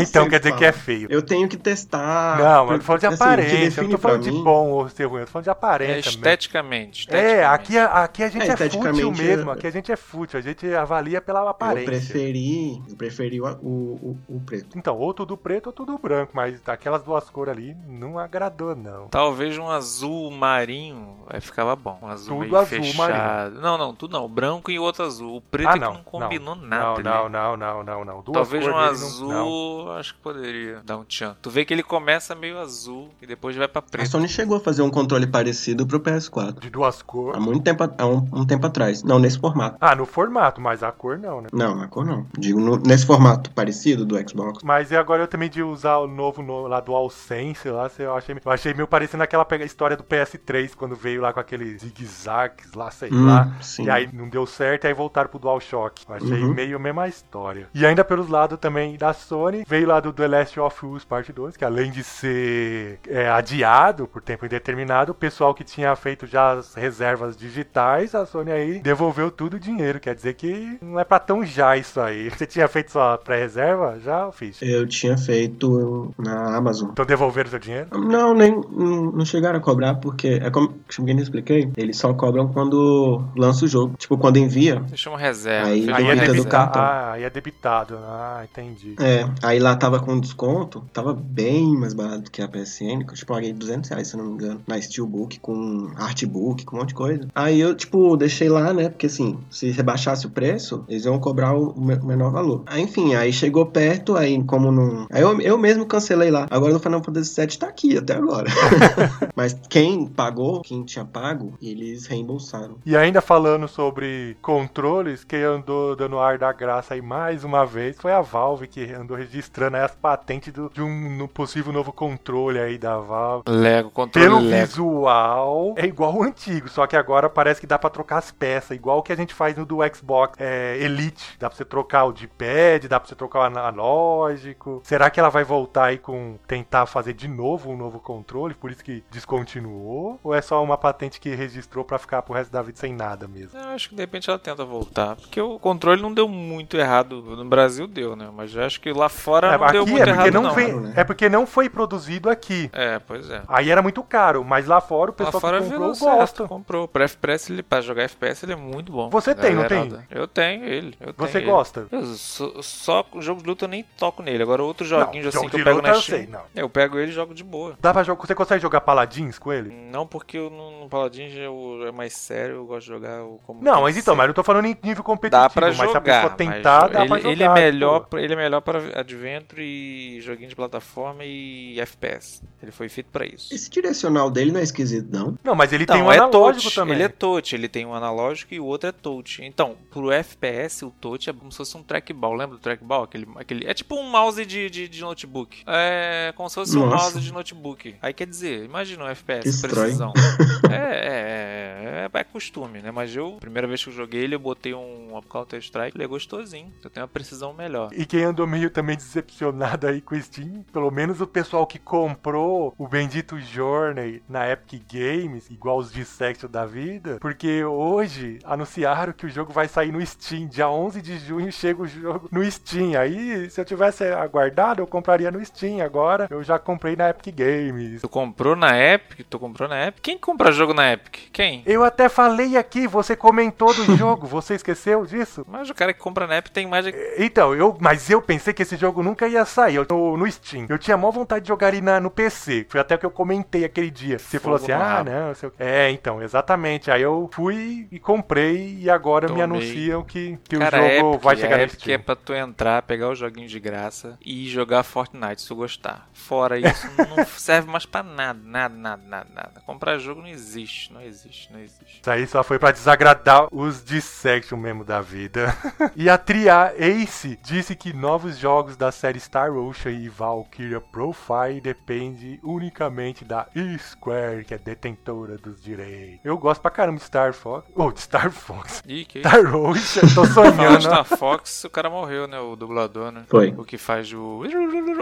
Speaker 2: Então
Speaker 3: Sim,
Speaker 2: quer dizer
Speaker 3: fala.
Speaker 2: que é feio.
Speaker 3: Eu tenho que testar.
Speaker 2: Não,
Speaker 3: Pra-
Speaker 2: eu tô falando de
Speaker 3: assim, o que
Speaker 2: aparência. eu não
Speaker 3: define
Speaker 2: tô falando
Speaker 3: pra
Speaker 2: de
Speaker 3: mim-
Speaker 2: bom ou ser ruim, eu tô falando de
Speaker 4: É,
Speaker 2: aparência mesmo.
Speaker 4: esteticamente,
Speaker 2: É,
Speaker 4: esteticamente.
Speaker 2: aqui, a- aqui a gente
Speaker 3: É,
Speaker 2: é, fútil
Speaker 3: esteticamente,
Speaker 2: mesmo.
Speaker 3: é-
Speaker 2: Aqui a gente é fútil. A gente avalia pela
Speaker 3: Eu
Speaker 2: aparência.
Speaker 3: preferi. Eu preferi o, o, o, o preto.
Speaker 2: Então, ou tudo preto ou tudo branco, mas aquelas duas cores ali não agradou, não.
Speaker 4: Talvez um azul marinho aí ficava bom. Um azul
Speaker 2: Tudo
Speaker 4: meio
Speaker 2: azul
Speaker 4: fechado. Não, não, tudo não. O branco e o outro azul. O preto
Speaker 2: Ah,
Speaker 4: é que
Speaker 2: não,
Speaker 4: não combinou
Speaker 2: Não,
Speaker 4: nada.
Speaker 2: não,
Speaker 4: né?
Speaker 2: não, não, não, não. Duas
Speaker 4: Talvez um
Speaker 2: cores dele não-
Speaker 4: azul,
Speaker 2: não.
Speaker 4: acho que poderia dar um tchan. Tu vê que ele começa meio azul e depois vai pra
Speaker 3: A
Speaker 4: preto.
Speaker 3: Sony chegou a fazer um controle parecido pro PS4.
Speaker 2: De duas
Speaker 3: Há
Speaker 2: cores.
Speaker 3: muito tempo, a- há um, um tempo atrás. Não, nesse formato.
Speaker 2: Ah, no formato, mas a cor não, né?
Speaker 3: Não, na cor não. Digo, no- nesse formato parecido do Xbox.
Speaker 2: Mas e agora eu também de usar o novo nome lá do AllSense lá, se eu achei, eu achei meio parecendo aquela pega- história do PS3, quando veio lá com aqueles zigue-zagues lá, sei
Speaker 3: Hum,
Speaker 2: lá.
Speaker 3: sim.
Speaker 2: E aí não deu certo, aí voltaram pro DualShock. Eu Achei
Speaker 3: Uhum.
Speaker 2: meio a mesma história. E ainda pelos lados também da Sony, veio lá do The Last of Us Parte 2, que além de ser é, adiado por tempo indeterminado, o pessoal que tinha feito já as reservas digitais, a Sony aí devolveu tudo o dinheiro. Quer dizer que não é pra tão já isso aí. Você tinha feito sua pré-reserva? Já, fiz.
Speaker 3: Eu tinha feito na Amazon.
Speaker 2: Então devolveram seu dinheiro?
Speaker 3: Não, nem não não chegaram a cobrar, porque é como como eu expliquei, eles só cobram quando lança o jogo. Tipo, quando envia.
Speaker 4: Eles chamam um reserva.
Speaker 3: Aí-
Speaker 4: fez
Speaker 3: Aí
Speaker 4: uma
Speaker 3: é
Speaker 4: reserva.
Speaker 3: do carro.
Speaker 2: debitado.
Speaker 3: cartão.
Speaker 2: Ah, aí é debitado. Ah, entendi.
Speaker 3: É, aí lá tava com desconto, tava bem mais barato que a PSN, que eu tipo, paguei 200 reais, se eu não me engano, na Steelbook, com Artbook, com um monte de coisa. Aí eu, tipo, deixei lá, né, porque assim, se rebaixasse o preço, eles iam cobrar o, me- o menor valor. Aí, enfim, aí chegou perto, aí como não... Aí eu, eu mesmo cancelei lá. Agora no Final Fantasy VII tá aqui, até agora. Mas quem pagou, quem tinha pago, eles reembolsaram.
Speaker 2: E ainda falando sobre controles, quem andou dando ar da graça aí mais uma vez foi a Valve, que andou registrando aí as patentes do- de um no- possível novo controle aí da Valve.
Speaker 4: Lego, controle
Speaker 2: Pelo
Speaker 4: Lego.
Speaker 2: visual, é igual o antigo, só que agora parece que dá pra trocar as peças, igual o que a gente faz no do Xbox é, Elite. Dá pra você trocar o de pad, dá pra você trocar o analógico. Será que ela vai voltar aí com tentar fazer de novo um novo controle, por isso que descontinuou? Ou é só uma patente que registrou pra ficar pro resto da vida sem nada mesmo?
Speaker 4: É, Eu acho que de repente ela tenta voltar. Porque o controle não deu muito errado. No Brasil deu, né? Mas eu acho que lá fora
Speaker 2: É,
Speaker 4: não deu
Speaker 2: aqui
Speaker 4: muito
Speaker 2: é porque
Speaker 4: errado,
Speaker 2: não,
Speaker 4: não.
Speaker 2: vem-
Speaker 3: né?
Speaker 2: é porque não foi produzido aqui.
Speaker 4: É, pois é.
Speaker 2: Aí era muito caro, mas lá fora o
Speaker 4: Lá
Speaker 2: pessoal
Speaker 4: fora
Speaker 2: que
Speaker 4: virou um
Speaker 2: comprou
Speaker 4: certo,
Speaker 2: gosta.
Speaker 4: comprou. Pra FPS, ele, pra jogar FPS, ele é muito bom.
Speaker 2: Você
Speaker 4: A
Speaker 2: tem, não
Speaker 4: galera
Speaker 2: tem?
Speaker 4: adora. Eu tenho ele. Eu
Speaker 2: Você
Speaker 4: tenho ele.
Speaker 2: gosta?
Speaker 4: Eu só, só o jogo de luta eu nem toco nele. Agora outros joguinhos
Speaker 2: Não,
Speaker 4: assim
Speaker 2: jogo
Speaker 4: que
Speaker 2: de
Speaker 4: eu pego
Speaker 2: luta
Speaker 4: na
Speaker 2: eu
Speaker 4: Steam,
Speaker 2: sei, né? não.
Speaker 4: eu pego ele e jogo de boa.
Speaker 2: Dá pra jogar, você consegue jogar paladins com ele?
Speaker 4: Não porque eu não, no Paladins eu- é mais sério, eu gosto de jogar o como
Speaker 2: Não,
Speaker 4: tem
Speaker 2: mas
Speaker 4: que
Speaker 2: então,
Speaker 4: ser.
Speaker 2: mas eu tô falando em nível competitivo,
Speaker 4: Dá pra
Speaker 2: mas
Speaker 4: jogar,
Speaker 2: se a pessoa
Speaker 4: mas
Speaker 2: tentar, dá
Speaker 4: ele,
Speaker 2: pra jogar. tipo
Speaker 4: ele é melhor,
Speaker 2: pô.
Speaker 4: pra- ele é melhor para adventure e joguinho de plataforma e FPS. Ele foi feito pra isso.
Speaker 3: Esse direcional dele não é esquisito, não?
Speaker 2: Não, mas ele tem um
Speaker 4: é
Speaker 2: analógico
Speaker 4: touch,
Speaker 2: também.
Speaker 4: Ele é touch, ele tem um analógico e o outro é touch. Então, pro FPS, o touch é como se fosse um trackball. Lembra do trackball? Aquele, aquele, é tipo um mouse de, de, de notebook. É como se fosse um
Speaker 3: Nossa.
Speaker 4: mouse de notebook. Aí quer dizer, imagina um FPS,
Speaker 3: Que estranho.
Speaker 4: precisão. é, é, é, é, é costume, né? Mas eu, primeira vez que eu joguei ele, eu botei um Counter Strike, ele é gostosinho. Eu tenho uma precisão melhor.
Speaker 2: E quem andou meio também decepcionado aí com o Steam, pelo menos o pessoal que comprou o bendito Journey na Epic Games, igual os de sexo da vida, porque hoje anunciaram que o jogo vai sair no Steam, dia 11 de junho chega o jogo no Steam. Aí, se eu tivesse aguardado, eu compraria no Steam. Agora, eu já comprei na Epic Games.
Speaker 4: Tu comprou na Epic? Tu comprou na Epic? Quem compra jogo na Epic? Quem?
Speaker 2: Eu até falei aqui, você comentou do jogo, você esqueceu disso?
Speaker 4: Mas o cara que compra na app tem mais. de-
Speaker 2: Então, eu, mas eu pensei que esse jogo nunca ia sair. Eu tô no Steam. Eu tinha maior vontade de jogar ele na, no PC. Foi até o que eu comentei aquele dia. Você falou
Speaker 4: Fogo
Speaker 2: assim:
Speaker 4: no
Speaker 2: ah,
Speaker 4: rabo."
Speaker 2: não, sei o quê." É, então, exatamente. Aí eu fui e comprei e agora me
Speaker 4: Tomei.
Speaker 2: anunciam que, que
Speaker 4: Cara,
Speaker 2: o jogo
Speaker 4: Epic,
Speaker 2: vai chegar no
Speaker 4: Epic
Speaker 2: Steam.
Speaker 4: é pra tu entrar, pegar os joguinhos de graça e jogar Fortnite se tu gostar. Fora isso, não serve mais pra nada, nada, nada, nada, nada. Comprar jogo não existe, não existe, não existe.
Speaker 2: Isso aí só foi pra desagradar os dissection mesmo da vida. e a Tria Ace disse que novos jogos da série Star Ocean e Valkyria Profile depende unicamente da E-Square, que é detentora dos direitos. Eu gosto pra caramba de Star Fox. Ou de Star Fox.
Speaker 4: Ih, que isso?
Speaker 2: Star Ocean, tô
Speaker 4: Falando
Speaker 2: sonhando.
Speaker 4: da Fox, o cara morreu, né? O dublador, né?
Speaker 3: Foi.
Speaker 4: O que faz o.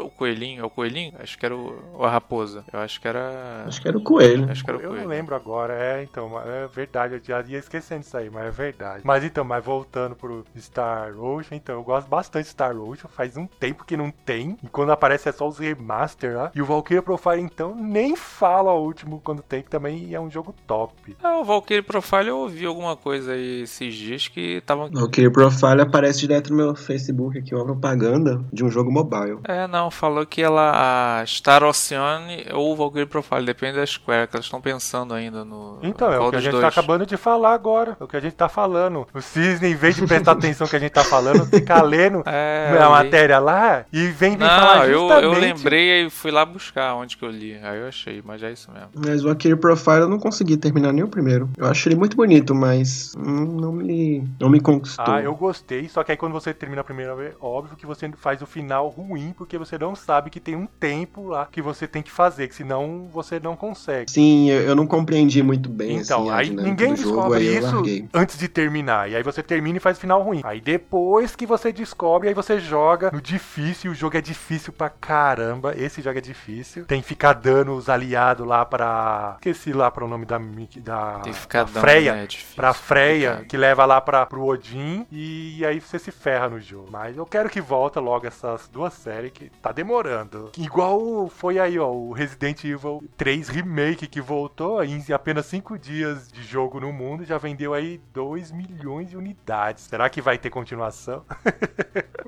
Speaker 4: O coelhinho, é o coelhinho? Acho que era o. Ou a raposa. Eu acho que era.
Speaker 3: Acho que era o coelho.
Speaker 4: Acho que era o
Speaker 2: Eu
Speaker 4: coelho.
Speaker 2: não lembro agora, é, então, mas é verdade, eu já ia esquecendo isso aí, mas é verdade. Mas então, mas voltando pro Star Ocean, então, eu gosto bastante de Star Ocean, faz um tempo que não tem, e quando aparece é só os remaster lá. E o Valkyria Profile, então, nem fala o último quando tem, que também é um jogo top.
Speaker 4: Ah, o Valkyrie Profile eu ouvi alguma coisa aí esses dias que estavam.
Speaker 3: O Key Profile aparece direto no meu Facebook aqui, uma propaganda de um jogo mobile.
Speaker 4: É, não, falou que ela. A Star Ocean ou o Valkyrie Profile, depende da Square, que elas estão pensando ainda no.
Speaker 2: Então, é
Speaker 4: qual
Speaker 2: o que a
Speaker 4: dos
Speaker 2: gente
Speaker 4: dois.
Speaker 2: tá acabando de falar agora, é o que a gente tá falando. O Cisne, em vez de prestar atenção no que a gente tá falando, fica lendo
Speaker 4: É,
Speaker 2: a
Speaker 4: eu li.
Speaker 2: matéria lá e vem me
Speaker 4: Não,
Speaker 2: falar
Speaker 4: eu,
Speaker 2: justamente...
Speaker 4: eu lembrei e fui lá buscar onde que eu li. Aí eu achei, mas é isso mesmo.
Speaker 3: Mas o Akira Profile eu não consegui terminar nem o primeiro. Eu acho ele muito bonito, mas hum, não me, não me conquistou.
Speaker 2: Ah, eu gostei, só que aí quando você termina a primeira vez, óbvio que você faz o final ruim, porque você não sabe que tem um tempo lá que você tem que fazer, que senão você não consegue.
Speaker 3: Sim, eu, eu não compreendi muito bem
Speaker 2: Então,
Speaker 3: assim, a
Speaker 2: aí
Speaker 3: dinâmica
Speaker 2: ninguém
Speaker 3: do jogo,
Speaker 2: descobre
Speaker 3: aí eu
Speaker 2: isso
Speaker 3: larguei.
Speaker 2: antes de terminar. E aí você termina e faz o final ruim. Aí depois que você descobre, aí você joga no difícil. e O jogo é difícil pra caramba. Esse jogo é difícil. Tem que ficar dando os aliados lá pra. Esqueci lá pra o nome da. Mickey- da...
Speaker 4: Tem que ficar dando,
Speaker 2: Freia,
Speaker 4: né? É difícil.
Speaker 2: pra Ah, Freya,
Speaker 4: Complicado.
Speaker 2: que leva lá pra, pro Odin, e aí você se ferra no jogo. Mas eu quero que volta logo essas duas séries, que tá demorando. Igual foi aí, ó, o Resident Evil 3 Remake, que voltou em apenas 5 dias de jogo no mundo, já vendeu aí 2 milhões de unidades. Será que vai ter continuação?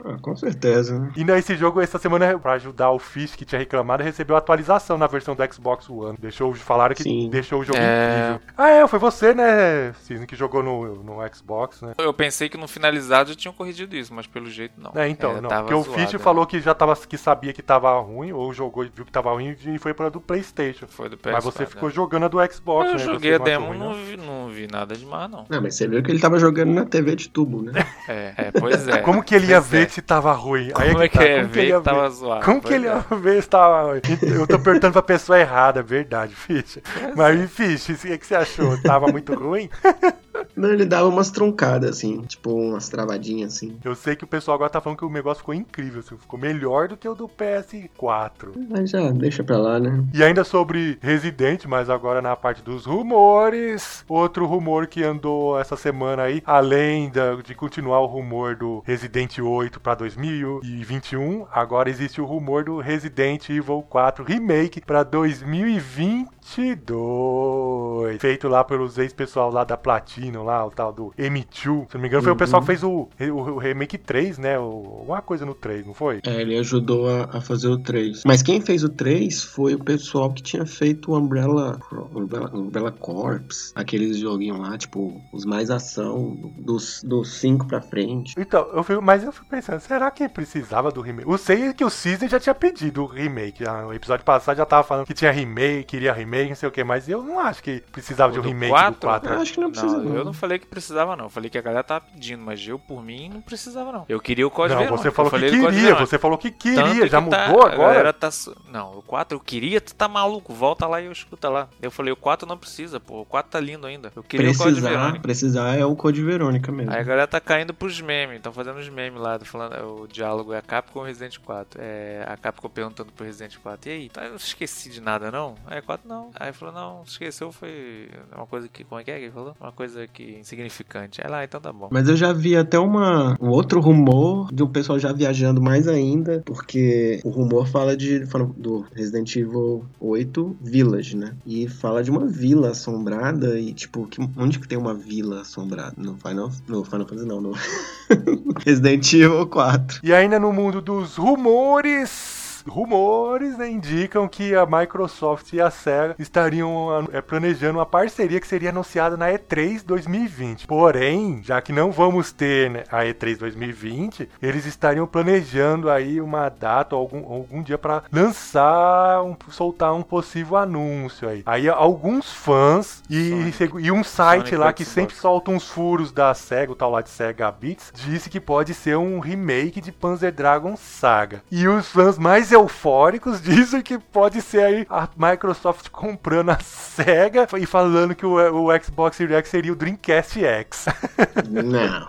Speaker 3: Ah, com certeza, né?
Speaker 2: E nesse jogo, essa semana, é pra ajudar o Fish, que tinha reclamado, recebeu atualização na versão do Xbox One. Deixou, falaram que
Speaker 3: Sim.
Speaker 2: deixou o jogo
Speaker 4: É.
Speaker 2: incrível. Ah, é, foi você, né, Cisne, que jogou no, no Xbox, né?
Speaker 4: Eu pensei que no finalizado já tinham corrigido isso, mas pelo jeito não.
Speaker 2: É, então,
Speaker 4: É,
Speaker 2: não.
Speaker 4: tava
Speaker 2: Porque o
Speaker 4: zoado,
Speaker 2: Fitch
Speaker 4: né?
Speaker 2: falou que já tava, que sabia que tava ruim, ou jogou e viu que tava ruim e foi pra do Playstation.
Speaker 4: Foi do PS4.
Speaker 2: Mas você ficou
Speaker 4: né?
Speaker 2: jogando a do Xbox,
Speaker 4: Eu
Speaker 2: né?
Speaker 4: joguei
Speaker 2: Você
Speaker 4: a
Speaker 2: não achou
Speaker 4: demo,
Speaker 2: ruim,
Speaker 4: não
Speaker 2: não?
Speaker 4: vi, não vi nada demais, não.
Speaker 3: Ah, mas você viu que ele tava jogando na TV de tubo, né?
Speaker 4: É, é, pois é.
Speaker 2: Como que ele ia
Speaker 4: Pois
Speaker 2: ver
Speaker 4: é.
Speaker 2: se tava ruim? Aí
Speaker 4: Como é que
Speaker 2: tá,
Speaker 4: é
Speaker 2: como
Speaker 4: ver
Speaker 2: ia
Speaker 4: que tava zoado?
Speaker 2: Como que
Speaker 4: Pois
Speaker 2: ele ia
Speaker 4: é.
Speaker 2: ver se tava ruim? Eu tô perguntando pra pessoa errada, é verdade, Fitch. Mas, Fitch, o que é que você achou? Tava muito ruim?
Speaker 3: Não, ele dava umas truncadas, assim, tipo umas travadinhas, assim.
Speaker 2: Eu sei que o pessoal agora tá falando que o negócio ficou incrível, assim, ficou melhor do que o do PS4.
Speaker 3: Mas já deixa pra lá, né?
Speaker 2: E ainda sobre Resident, mas agora na parte dos rumores. Outro rumor que andou essa semana aí, além da- de continuar o rumor do Resident 8 para 2021, agora existe o rumor do Resident Evil 4 Remake para 2022. Feito lá pelos ex-pessoal lá da Platino, lá, o tal do M2. Se não me engano, foi o
Speaker 3: Uhum.
Speaker 2: pessoal que fez o, o- o Remake 3, né? O- Alguma coisa no 3, não foi?
Speaker 3: É, ele ajudou a, a fazer o 3. Mas quem fez o 3 foi o pessoal que tinha feito o Umbrella, Umbrella, Umbrella Corps, aqueles joguinhos lá, tipo, os mais ação, dos 5 pra frente.
Speaker 2: Então, eu fui, mas eu fui pensando, será que precisava do remake? Eu sei é que o Cisne já tinha pedido o remake. já, no episódio passado já tava falando que tinha remake, queria remake, não sei o que, mas eu não acho que precisava
Speaker 4: O
Speaker 2: de um
Speaker 4: do
Speaker 2: remake do
Speaker 4: quatro? né?
Speaker 2: 4.
Speaker 3: Eu acho que não precisa.
Speaker 4: Não, eu não falei que precisava, não. Eu falei que a galera tava pedindo, mas eu, por mim, não precisava, não. Eu queria o código
Speaker 2: Não,
Speaker 4: Verônica.
Speaker 2: você falou
Speaker 4: eu falei
Speaker 2: que
Speaker 4: do Código
Speaker 2: queria,
Speaker 4: Verônica.
Speaker 2: você falou que
Speaker 4: Tanto
Speaker 2: queria, já
Speaker 4: que tá-
Speaker 2: mudou
Speaker 4: A
Speaker 2: agora?
Speaker 4: galera tá su- Não, o 4 eu queria, tu tá maluco, volta lá e eu escuta lá. Eu falei, o 4 não precisa, pô, o 4 tá lindo ainda. Eu queria o código
Speaker 3: Precisar,
Speaker 4: Verônica.
Speaker 3: precisar é o Code Verônica mesmo.
Speaker 4: Aí a galera tá caindo pros memes, estão fazendo os memes lá, tô falando, é, o diálogo é a Capcom e Resident 4. É, a Capcom perguntando pro Resident 4, e aí, tá, eu não esqueci de nada não? Aí 4 não. Aí falou, não, esqueceu, foi uma coisa que, como é que é que ele falou? Uma coisa que que insignificante. Aí lá, então tá bom.
Speaker 3: Mas eu já vi até uma, um outro rumor de um pessoal já viajando mais ainda, porque o rumor fala de fala do Resident Evil 8 Village, né? E fala de uma vila assombrada e tipo, que, onde que tem uma vila assombrada? No Final, no Final Fantasy não, no Resident Evil 4.
Speaker 2: E ainda no mundo dos rumores. Rumores né, indicam que a Microsoft e a Sega estariam ah, eh, planejando uma parceria que seria anunciada na E3 2020. Porém, já que não vamos ter né, a E3 2020, eles estariam planejando aí uma data, algum, algum dia para lançar, um- soltar um possível anúncio aí. Aí alguns fãs e,
Speaker 4: Sonic.
Speaker 2: e um site
Speaker 4: Sonic
Speaker 2: lá que
Speaker 4: Xbox.
Speaker 2: sempre solta uns furos da SEGA, o tal lá de SEGA Beats, disse que pode ser um remake de Panzer Dragon Saga. E os fãs mais eufóricos dizem que pode ser aí a Microsoft comprando a SEGA e falando que o, o Xbox Series X seria o Dreamcast X.
Speaker 3: Não.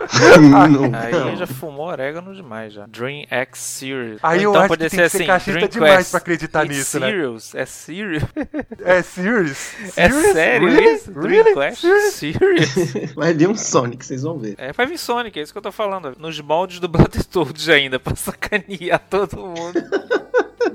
Speaker 4: Aí
Speaker 3: não.
Speaker 4: já fumou orégano demais já. Dream X Series.
Speaker 2: Aí
Speaker 4: Ou
Speaker 2: eu
Speaker 4: então
Speaker 2: acho
Speaker 4: podia
Speaker 2: que tem que ser cachista
Speaker 4: Dream
Speaker 2: demais
Speaker 4: Quest.
Speaker 2: pra acreditar
Speaker 4: It's
Speaker 2: nisso, né?
Speaker 4: serious. É serious?
Speaker 2: É serious?
Speaker 4: É
Speaker 2: Serious?
Speaker 4: sério
Speaker 2: Really?
Speaker 4: isso?
Speaker 2: Really?
Speaker 4: Dreamcast?
Speaker 2: Serious?
Speaker 4: Serious?
Speaker 3: Vai vir um Sonic, vocês vão ver.
Speaker 4: É, vai vir Sonic, é isso que eu tô falando. Nos moldes do Battletoads ainda, pra sacanear todo mundo.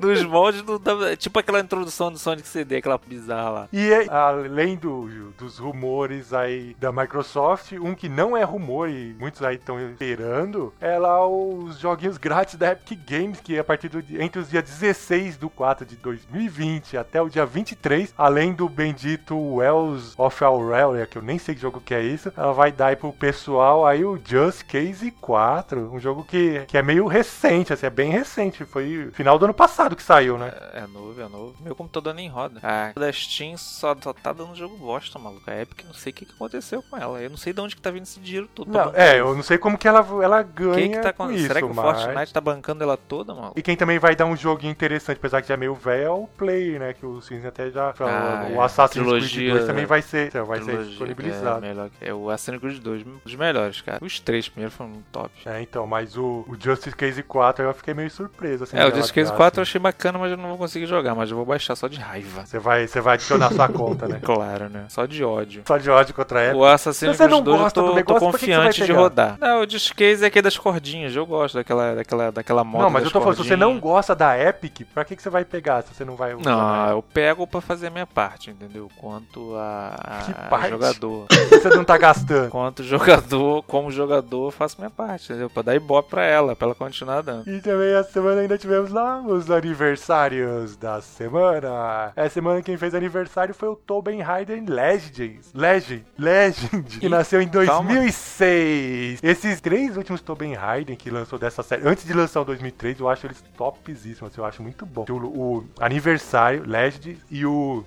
Speaker 4: Nos moldes do... da- tipo aquela introdução do Sonic CD, aquela bizarra lá.
Speaker 2: E é, além do- dos rumores aí da Microsoft, um que não é rumor e muitos aí estão esperando, é lá os joguinhos grátis da Epic Games, que é a partir do di- entre os dias 16 do 4 de 2020 até o dia 23, além do bendito Wells of Aurelia, que eu nem sei que jogo que é isso, ela vai dar aí pro pessoal aí o Just Case 4, um jogo que, que é meio recente, assim, é bem recente, foi final do ano passado que saiu, né?
Speaker 4: É novo, é novo. Meu computador nem roda. A da Steam só, só tá dando jogo bosta, maluco. A Epic, não sei o que, que aconteceu com ela. Eu não sei de onde que tá vindo esse dinheiro todo. pra
Speaker 2: Não,
Speaker 4: bancar
Speaker 2: é,
Speaker 4: isso.
Speaker 2: eu não sei como que ela, ela ganha
Speaker 4: O que que tá
Speaker 2: com
Speaker 4: acontecendo?
Speaker 2: isso,
Speaker 4: Será que o
Speaker 2: mas-
Speaker 4: Fortnite tá bancando ela toda, maluco?
Speaker 2: E quem também vai dar um joguinho interessante, apesar que já é meio velho, é o Play, né? Que o Cinza até já falou.
Speaker 4: Ah,
Speaker 2: o
Speaker 4: é.
Speaker 2: Assassin's Creed
Speaker 4: Trilogia, né?
Speaker 2: 2 também vai ser, então, vai ser
Speaker 4: Trilogia,
Speaker 2: disponibilizado.
Speaker 4: É, melhor, que- é o Assassin's Creed 2, um dos melhores, cara. Os três primeiros foram muito top. É,
Speaker 2: É, então, mas o, o Justice Case 4 eu fiquei meio surpreso. Assim,
Speaker 4: o
Speaker 2: dela
Speaker 4: Just Case
Speaker 2: já,
Speaker 4: 4 É, eu
Speaker 2: assim.
Speaker 4: achei bacana, mas eu não vou conseguir jogar, mas eu vou baixar só de raiva.
Speaker 2: Você vai, você vai adicionar sua conta, né?
Speaker 4: Claro, né? Só de ódio.
Speaker 2: Só de ódio contra ela.
Speaker 4: O Assassin's
Speaker 2: É, Se você
Speaker 4: Creed
Speaker 2: não
Speaker 4: 2 eu
Speaker 2: gosta do
Speaker 4: tô, tô
Speaker 2: negócio, por que que você vai
Speaker 4: confiante de
Speaker 2: pegar?
Speaker 4: rodar. Não, o Discase é aquele das cordinhas, eu gosto daquela, daquela, daquela moda.
Speaker 2: Não, mas eu
Speaker 4: das
Speaker 2: tô falando, se você
Speaker 4: cordinhas.
Speaker 2: não gosta da Epic, pra que, que você vai pegar se você não vai usar?
Speaker 4: Não, eu pego pra fazer a minha parte, entendeu? Quanto a, a-
Speaker 2: Que
Speaker 4: a
Speaker 2: parte?
Speaker 4: jogador.
Speaker 2: Você não tá gastando.
Speaker 4: Quanto jogador, como jogador, eu faço minha parte, entendeu? Pra dar ibope pra ela, pra ela continuar dando.
Speaker 2: E também essa semana ainda tivemos lá os aniversários da semana. Essa semana quem fez aniversário foi o Tobin Hayden Legends. Legend, Legend, que
Speaker 4: Ih,
Speaker 2: nasceu em
Speaker 4: calma.
Speaker 2: 2006. Esses três últimos Tobin Hayden que lançou dessa série, antes de lançar o 2003, eu acho eles topzíssimos, assim, eu acho muito bom. O, o aniversário, Legend e o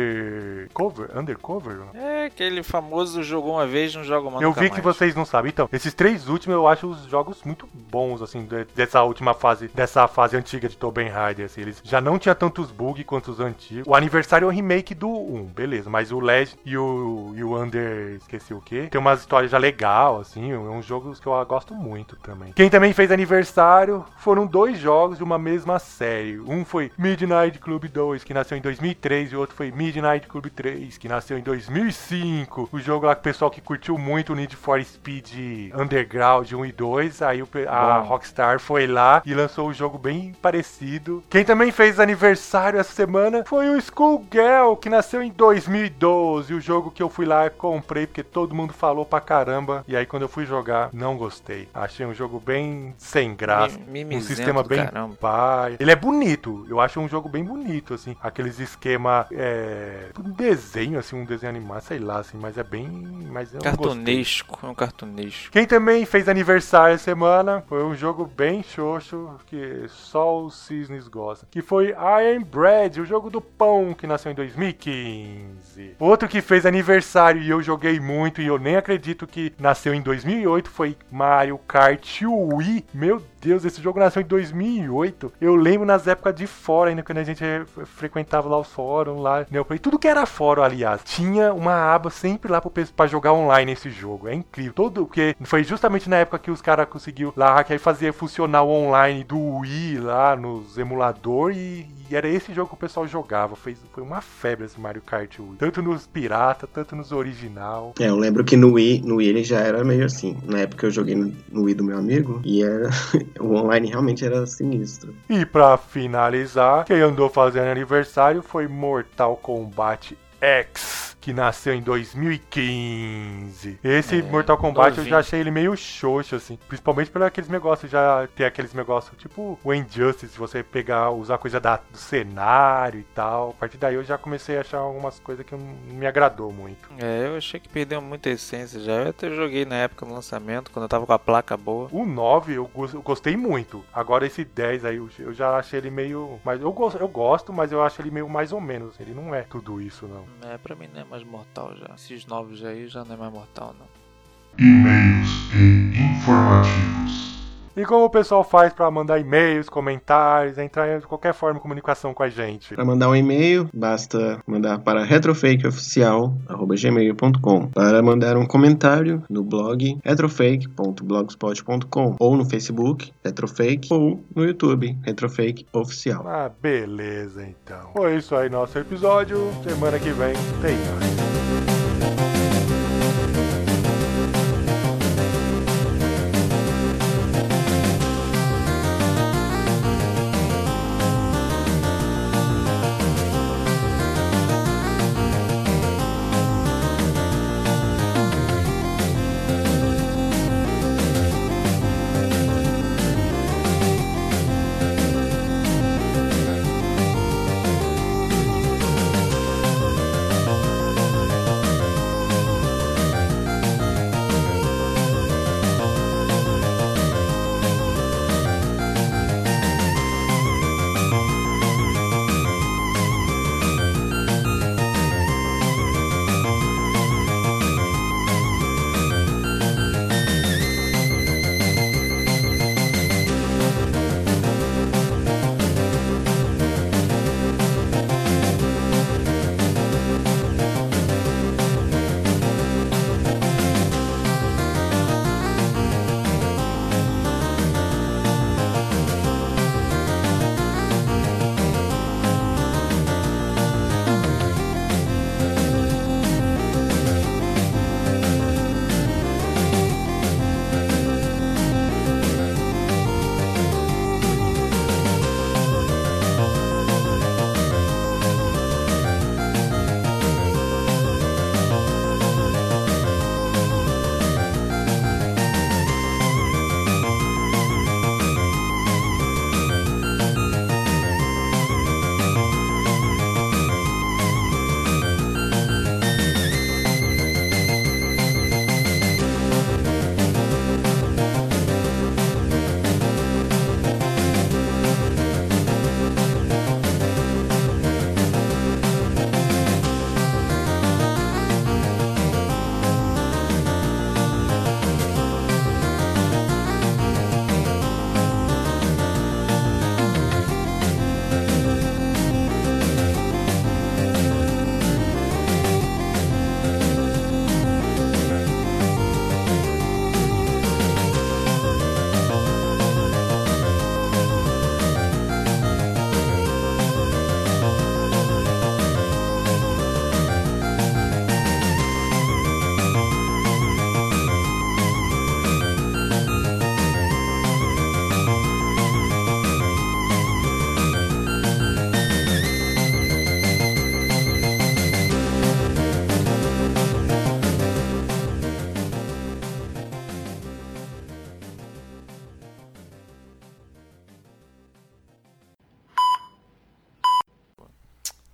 Speaker 2: Undercover, Undercover?
Speaker 4: É aquele famoso jogou uma vez, não joga uma
Speaker 2: Eu
Speaker 4: nunca
Speaker 2: vi que
Speaker 4: mais.
Speaker 2: vocês não sabem. Então, esses três últimos eu acho os jogos muito bons, assim, de- dessa última fase, dessa fase antiga de Tobin Raider, assim. Eles já não tinha tantos bugs quanto os antigos. O aniversário é um remake do 1, beleza. Mas o Legend e o, e o Under, esqueci o quê, tem umas histórias já legal, assim. É uns jogos que eu gosto muito também. Quem também fez aniversário foram dois jogos de uma mesma série. Um foi Midnight Club 2, que nasceu em 2003, e o outro foi Midnight Club 3, que nasceu em 2005. O jogo lá que o pessoal que curtiu muito o Need for Speed Underground 1 e 2, aí o pe- a
Speaker 4: Bom.
Speaker 2: Rockstar foi lá e lançou um jogo bem parecido. Quem também fez aniversário essa semana foi o Schoolgirl, que nasceu em 2012, o jogo que eu fui lá e comprei porque todo mundo falou pra caramba, e aí quando eu fui jogar, não gostei. Achei um jogo bem sem graça,
Speaker 4: Mi-
Speaker 2: um
Speaker 4: mimizento
Speaker 2: sistema
Speaker 4: do
Speaker 2: bem
Speaker 4: caramba.
Speaker 2: pai. Ele é bonito, eu acho um jogo bem bonito, assim. Aqueles esquema, é... Um desenho, assim, um desenho animado, sei lá, assim, mas é bem... Mas eu não gostei.
Speaker 4: Cartunesco, é um cartunesco.
Speaker 2: Quem também fez aniversário essa semana foi um jogo bem xoxo que só os cisnes gostam, que foi Iron Bread, o jogo do pão que nasceu em 2015. Outro que fez aniversário e eu joguei muito e eu nem acredito que nasceu em 2008 foi Mario Kart Wii. Meu Deus, esse jogo nasceu em 2008. Eu lembro nas épocas de fora ainda, quando a gente eh, fre- frequentava lá os fóruns, lá, Neoplay, tudo que era fórum, aliás, tinha uma aba sempre lá pro pe- pra jogar online esse jogo. É incrível. Todo, porque foi justamente na época que os caras conseguiu lá, que aí fazia funcionar o online do Wii lá, no nos emulador e, e era esse jogo que o pessoal jogava. Fez, foi uma febre esse Mario Kart Wii. Tanto nos pirata, tanto nos original.
Speaker 3: É, eu lembro que no Wii, no Wii ele já era meio assim. Na época eu joguei no no Wii do meu amigo e era, o online realmente era sinistro.
Speaker 2: E pra finalizar, quem andou fazendo aniversário foi Mortal Kombat X, que nasceu em 2015. Esse
Speaker 4: É,
Speaker 2: Mortal Kombat eu
Speaker 4: novinho.
Speaker 2: já achei ele meio xoxo, assim. Principalmente pelos aqueles negócios, já tem aqueles negócios tipo o Injustice, você pegar, usar coisa da- do cenário e tal. A partir daí eu já comecei a achar algumas coisas que não me agradou muito.
Speaker 4: É, eu achei que perdeu muita essência já. Eu até joguei na época no lançamento, quando eu tava com a placa boa.
Speaker 2: O 9 eu gos- eu gostei muito. Agora esse 10 aí eu eu já achei ele meio. Mas eu, gos- eu gosto, mas eu acho ele meio mais ou menos. Ele não é tudo isso, não.
Speaker 4: É, pra mim não é mais mortal já. Esses novos aí já não é mais mortal, não.
Speaker 1: E-mails e informativos.
Speaker 2: E como o pessoal faz pra mandar e-mails, comentários, entrar de qualquer forma em comunicação com a gente?
Speaker 3: Para mandar um e-mail, basta mandar para retrofakeoficial@gmail.com. Para mandar um comentário no blog retrofake.blogspot.com ou no Facebook Retrofake ou no YouTube Retrofake Oficial.
Speaker 2: Ah, beleza então. Foi isso aí nosso episódio. Semana que vem tem mais.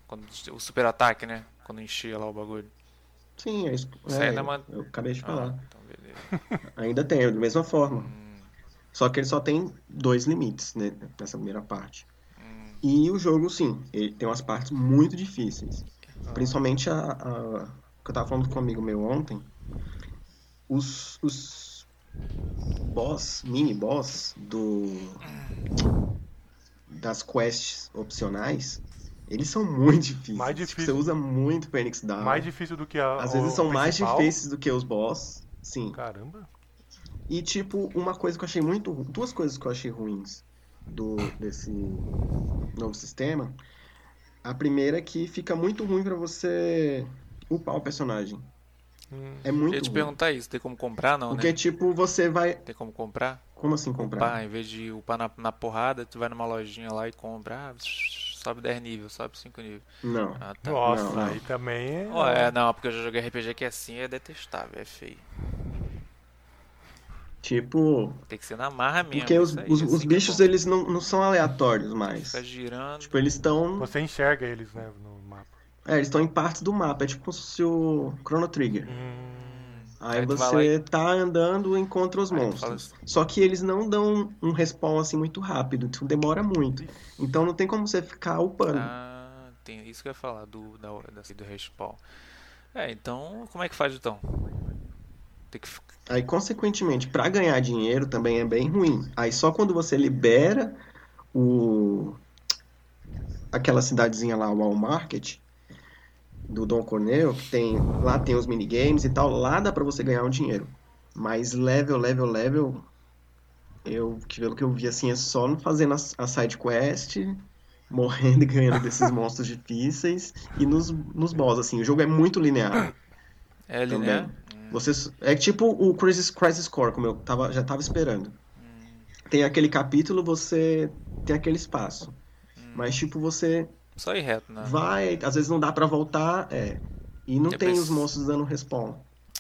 Speaker 4: Quando, o super ataque, né? Quando enchia lá o bagulho.
Speaker 3: Sim, é isso.
Speaker 4: Isso
Speaker 3: é,
Speaker 4: aí não é uma-
Speaker 3: eu acabei de
Speaker 4: Ah,
Speaker 3: falar.
Speaker 4: então beleza.
Speaker 3: Ainda tem, é da mesma forma.
Speaker 2: Hum.
Speaker 3: Só que ele só tem dois limites né, nessa primeira parte. E o jogo, sim, ele tem umas partes muito difíceis.
Speaker 2: Ah.
Speaker 3: Principalmente a, a- que eu tava falando com um amigo meu ontem. Os, os boss, mini boss do das quests opcionais, eles são muito difíceis.
Speaker 2: Mais
Speaker 3: Tipo,
Speaker 2: difícil.
Speaker 3: Você usa muito Phoenix Down.
Speaker 2: Mais difícil do que a.
Speaker 3: Às
Speaker 2: o
Speaker 3: vezes são mais
Speaker 2: principal.
Speaker 3: difíceis do que os boss. Sim.
Speaker 2: Caramba.
Speaker 3: E, tipo, uma coisa que eu achei muito. Duas coisas que eu achei ruins. do, desse novo sistema. A primeira é que fica muito ruim pra você upar o personagem.
Speaker 2: Hum.
Speaker 3: É
Speaker 4: Eu
Speaker 3: muito
Speaker 4: ia te
Speaker 3: ruim.
Speaker 4: perguntar isso, tem como comprar não,
Speaker 3: Porque,
Speaker 4: né?
Speaker 3: tipo, você vai.
Speaker 4: Tem como comprar?
Speaker 3: Como assim comprar?
Speaker 4: Upar, em vez de upar na, na porrada, tu vai numa lojinha lá e compra, ah, sobe 10 níveis, sobe 5 níveis.
Speaker 3: Não.
Speaker 4: Ah, tá.
Speaker 2: Nossa,
Speaker 3: Não, não.
Speaker 2: aí também é.
Speaker 4: Ó, é, não, porque eu já joguei RPG que é assim, é detestável, é feio.
Speaker 3: Tipo.
Speaker 4: Tem que ser na marra mesmo.
Speaker 3: Porque os,
Speaker 4: isso aí,
Speaker 3: os,
Speaker 4: assim
Speaker 3: os
Speaker 4: que é
Speaker 3: bichos,
Speaker 4: bom. é
Speaker 3: eles não, não são aleatórios mais.
Speaker 4: Fica girando.
Speaker 3: Tipo, eles estão.
Speaker 2: Você enxerga eles, né, no mapa.
Speaker 3: É, eles estão em partes do mapa. É tipo como se fosse o Chrono Trigger. Aí,
Speaker 4: Hum. Aí tu vai lá
Speaker 3: você tá andando e encontra os
Speaker 4: Aí tu fala
Speaker 3: monstros. Só que eles não dão um respawn assim muito rápido, isso demora muito. Então não tem como você ficar upando.
Speaker 4: Ah, tem isso que eu ia falar do, da, da, do respawn. É, então, como é que faz então? Tem que ficar.
Speaker 3: Aí, consequentemente, pra ganhar dinheiro também é bem ruim. Aí só quando você libera o aquela cidadezinha lá, o Wall Market do Dom Corneo, que tem lá tem os minigames e tal, lá dá pra você ganhar um dinheiro. Mas level, level, level, eu que pelo que eu vi assim é só não fazendo as- a side quest, morrendo e ganhando desses monstros difíceis e nos nos boss assim, o jogo é muito linear.
Speaker 4: É ali,
Speaker 3: Também.
Speaker 4: né?
Speaker 3: Você, é tipo o Crisis, Crisis Core, como eu tava, já tava esperando.
Speaker 4: Hum.
Speaker 3: Tem aquele capítulo, você tem aquele espaço.
Speaker 4: Hum.
Speaker 3: Mas, tipo, você
Speaker 4: Só ir reto, né?
Speaker 3: vai, às vezes não dá pra voltar, é. E não
Speaker 4: Eu
Speaker 3: tem
Speaker 4: pense-
Speaker 3: os monstros dando respawn.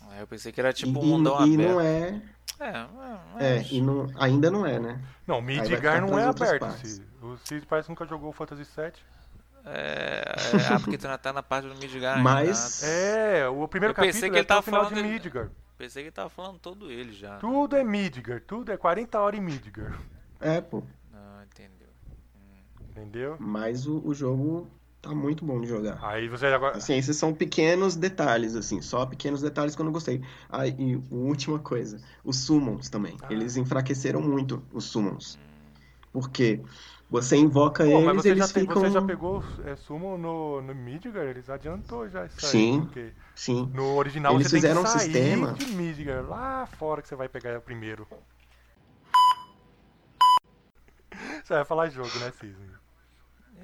Speaker 4: Ah, Eu pensei que era tipo um
Speaker 3: e,
Speaker 4: mundão
Speaker 3: e, e
Speaker 4: aberto.
Speaker 3: não é.
Speaker 4: É, é,
Speaker 3: É,
Speaker 4: mas-
Speaker 3: e não, ainda não é, né?
Speaker 2: Não,
Speaker 3: vai
Speaker 2: Midgar
Speaker 3: ficar
Speaker 2: não
Speaker 3: pras
Speaker 2: é
Speaker 3: outras
Speaker 2: aberto,
Speaker 3: partes.
Speaker 2: Cid. O Cid parece que nunca jogou o Fantasy VII.
Speaker 4: é, ah, porque tu ainda tá na parte do Midgar.
Speaker 3: Mas-
Speaker 4: ainda. né?
Speaker 2: É, o primeiro
Speaker 4: Eu pensei
Speaker 2: capítulo
Speaker 4: que ele
Speaker 2: é até o
Speaker 4: tava
Speaker 2: final de
Speaker 4: falando-
Speaker 2: Midgar.
Speaker 4: Pensei que ele tava falando todo ele já.
Speaker 2: Tudo é Midgar, tudo é 40 horas em Midgar.
Speaker 3: É, pô.
Speaker 4: Não, entendeu.
Speaker 2: Entendeu?
Speaker 3: Mas o, o jogo tá muito bom de jogar.
Speaker 2: Aí você agora.
Speaker 3: Assim, esses são pequenos detalhes, assim, só pequenos detalhes que eu não gostei. Ah, e última coisa, os summons também.
Speaker 2: Ah.
Speaker 3: Eles enfraqueceram muito os summons. Porque você invoca
Speaker 2: Pô,
Speaker 3: eles,
Speaker 2: mas você
Speaker 3: eles
Speaker 2: já, tem-
Speaker 3: ficam.
Speaker 2: você já pegou é, Summon no, no Midgar? Eles adiantou já isso aí.
Speaker 3: Sim.
Speaker 2: Porque
Speaker 3: Sim.
Speaker 2: no original
Speaker 3: Eles
Speaker 2: você tem
Speaker 3: fizeram
Speaker 2: que
Speaker 3: um
Speaker 2: sair
Speaker 3: sistema-
Speaker 2: de Midgar. Lá fora que você vai pegar primeiro. Você vai falar jogo, né, Cisne?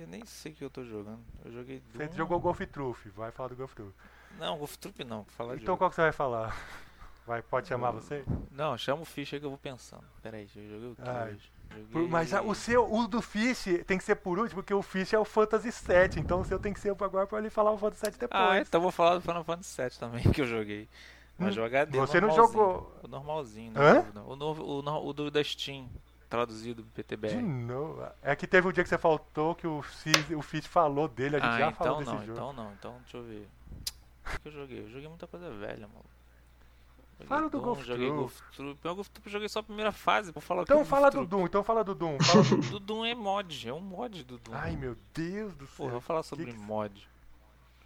Speaker 4: Eu nem sei o que eu tô jogando. Eu joguei.
Speaker 2: Você
Speaker 4: Doom.
Speaker 2: jogou Golf Truth, vai falar do Golf Truth.
Speaker 4: Não, Wolf Troop não, pra falar de
Speaker 2: Então
Speaker 4: jogo.
Speaker 2: qual que você vai falar? Vai, pode chamar você?
Speaker 4: Não, chama o Fish aí que eu vou pensando. Pera aí, eu joguei o que
Speaker 2: Ai.
Speaker 4: hoje?
Speaker 2: Por-
Speaker 4: Joguei...
Speaker 2: mas ah, o seu, o do Fish tem que ser por último, porque o Fish é o Fantasy VII, então o seu tem que ser agora pra ele falar o Fantasy VII depois.
Speaker 4: Ah, então eu vou falar do Final Fantasy VII também que eu joguei. Mas o HD, o
Speaker 2: Hum, Você não
Speaker 4: normalzinho.
Speaker 2: jogou.
Speaker 4: O normalzinho, né?
Speaker 2: Hã?
Speaker 4: O novo, O, novo, o, no- o do da Steam, traduzido do PTBR.
Speaker 2: De novo. É que teve um dia que você faltou que o, Cis, o Fitch falou dele, a gente
Speaker 4: ah,
Speaker 2: já falou
Speaker 4: então
Speaker 2: desse
Speaker 4: não,
Speaker 2: jogo.
Speaker 4: então não, então deixa eu ver. O que eu joguei? Eu joguei muita coisa velha, maluco. Joguei
Speaker 2: Fala do
Speaker 4: Doom,
Speaker 2: Golf
Speaker 4: joguei
Speaker 2: Troop.
Speaker 4: Golf Troop. Eu Golf Troop eu joguei só a primeira fase, vou falar o que
Speaker 2: Então
Speaker 4: é
Speaker 2: fala do
Speaker 4: Golf
Speaker 2: Doom, então fala do Doom. Fala do...
Speaker 4: Troop. Do Doom é mod, é um mod do Doom.
Speaker 2: Ai meu Deus do
Speaker 4: Porra, eu
Speaker 2: céu.
Speaker 4: vou falar sobre
Speaker 2: que que-
Speaker 4: mod.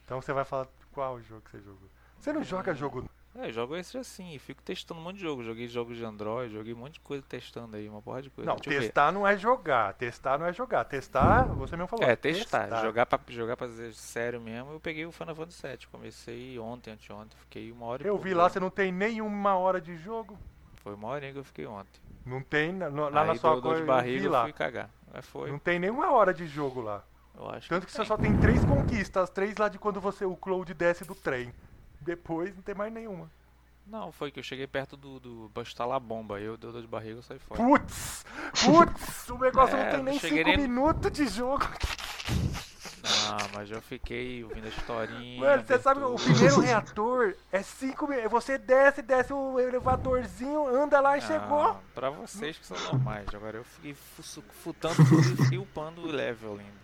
Speaker 2: Então você vai falar qual jogo que você jogou. Você não joga jogo.
Speaker 4: É, eu jogo esse assim, e fico testando um monte de jogo. Joguei jogos de Android, joguei um monte de coisa testando aí, uma porra de coisa.
Speaker 2: Não,
Speaker 4: Deixa eu ver.
Speaker 2: testar não é jogar. Testar não é jogar. Testar, você mesmo falou.
Speaker 4: É, testar. Jogar, pra, jogar pra ser sério mesmo, eu peguei o Final Fantasy VII. Comecei ontem, anteontem, fiquei uma hora e
Speaker 2: Eu
Speaker 4: pouco
Speaker 2: vi lá, você
Speaker 4: jogando.
Speaker 2: não tem nenhuma hora de jogo.
Speaker 4: Foi uma horinha que eu fiquei ontem.
Speaker 2: Não tem, na- no- lá na
Speaker 4: Aí
Speaker 2: sua
Speaker 4: deu dor
Speaker 2: coisa,
Speaker 4: de
Speaker 2: eu vi
Speaker 4: barriga, eu
Speaker 2: lá.
Speaker 4: fui cagar. Mas foi,
Speaker 2: Não tem nenhuma hora de jogo lá.
Speaker 4: eu acho.
Speaker 2: Tanto que você
Speaker 4: tem.
Speaker 2: só tem três conquistas, as três lá de quando você o Cloud desce do trem. Depois não tem mais nenhuma.
Speaker 4: Não, foi que eu cheguei perto do, do pra instalar a bomba. Aí eu deu dor de barriga, eu saí fora.
Speaker 2: Putz! Putz! O negócio
Speaker 4: É,
Speaker 2: não tem
Speaker 4: não
Speaker 2: nem
Speaker 4: cheguei
Speaker 2: cinco
Speaker 4: nem-
Speaker 2: minutos de jogo.
Speaker 4: Ah, mas eu fiquei ouvindo a historinha.
Speaker 2: Mano, você sabe que o
Speaker 4: abertura.
Speaker 2: primeiro reator é cinco minutos. Você desce, desce o elevadorzinho, anda lá e chegou.
Speaker 4: Ah, pra vocês que são normais. Agora eu fiquei fu- su- futando tudo e fiquei upando o level ainda.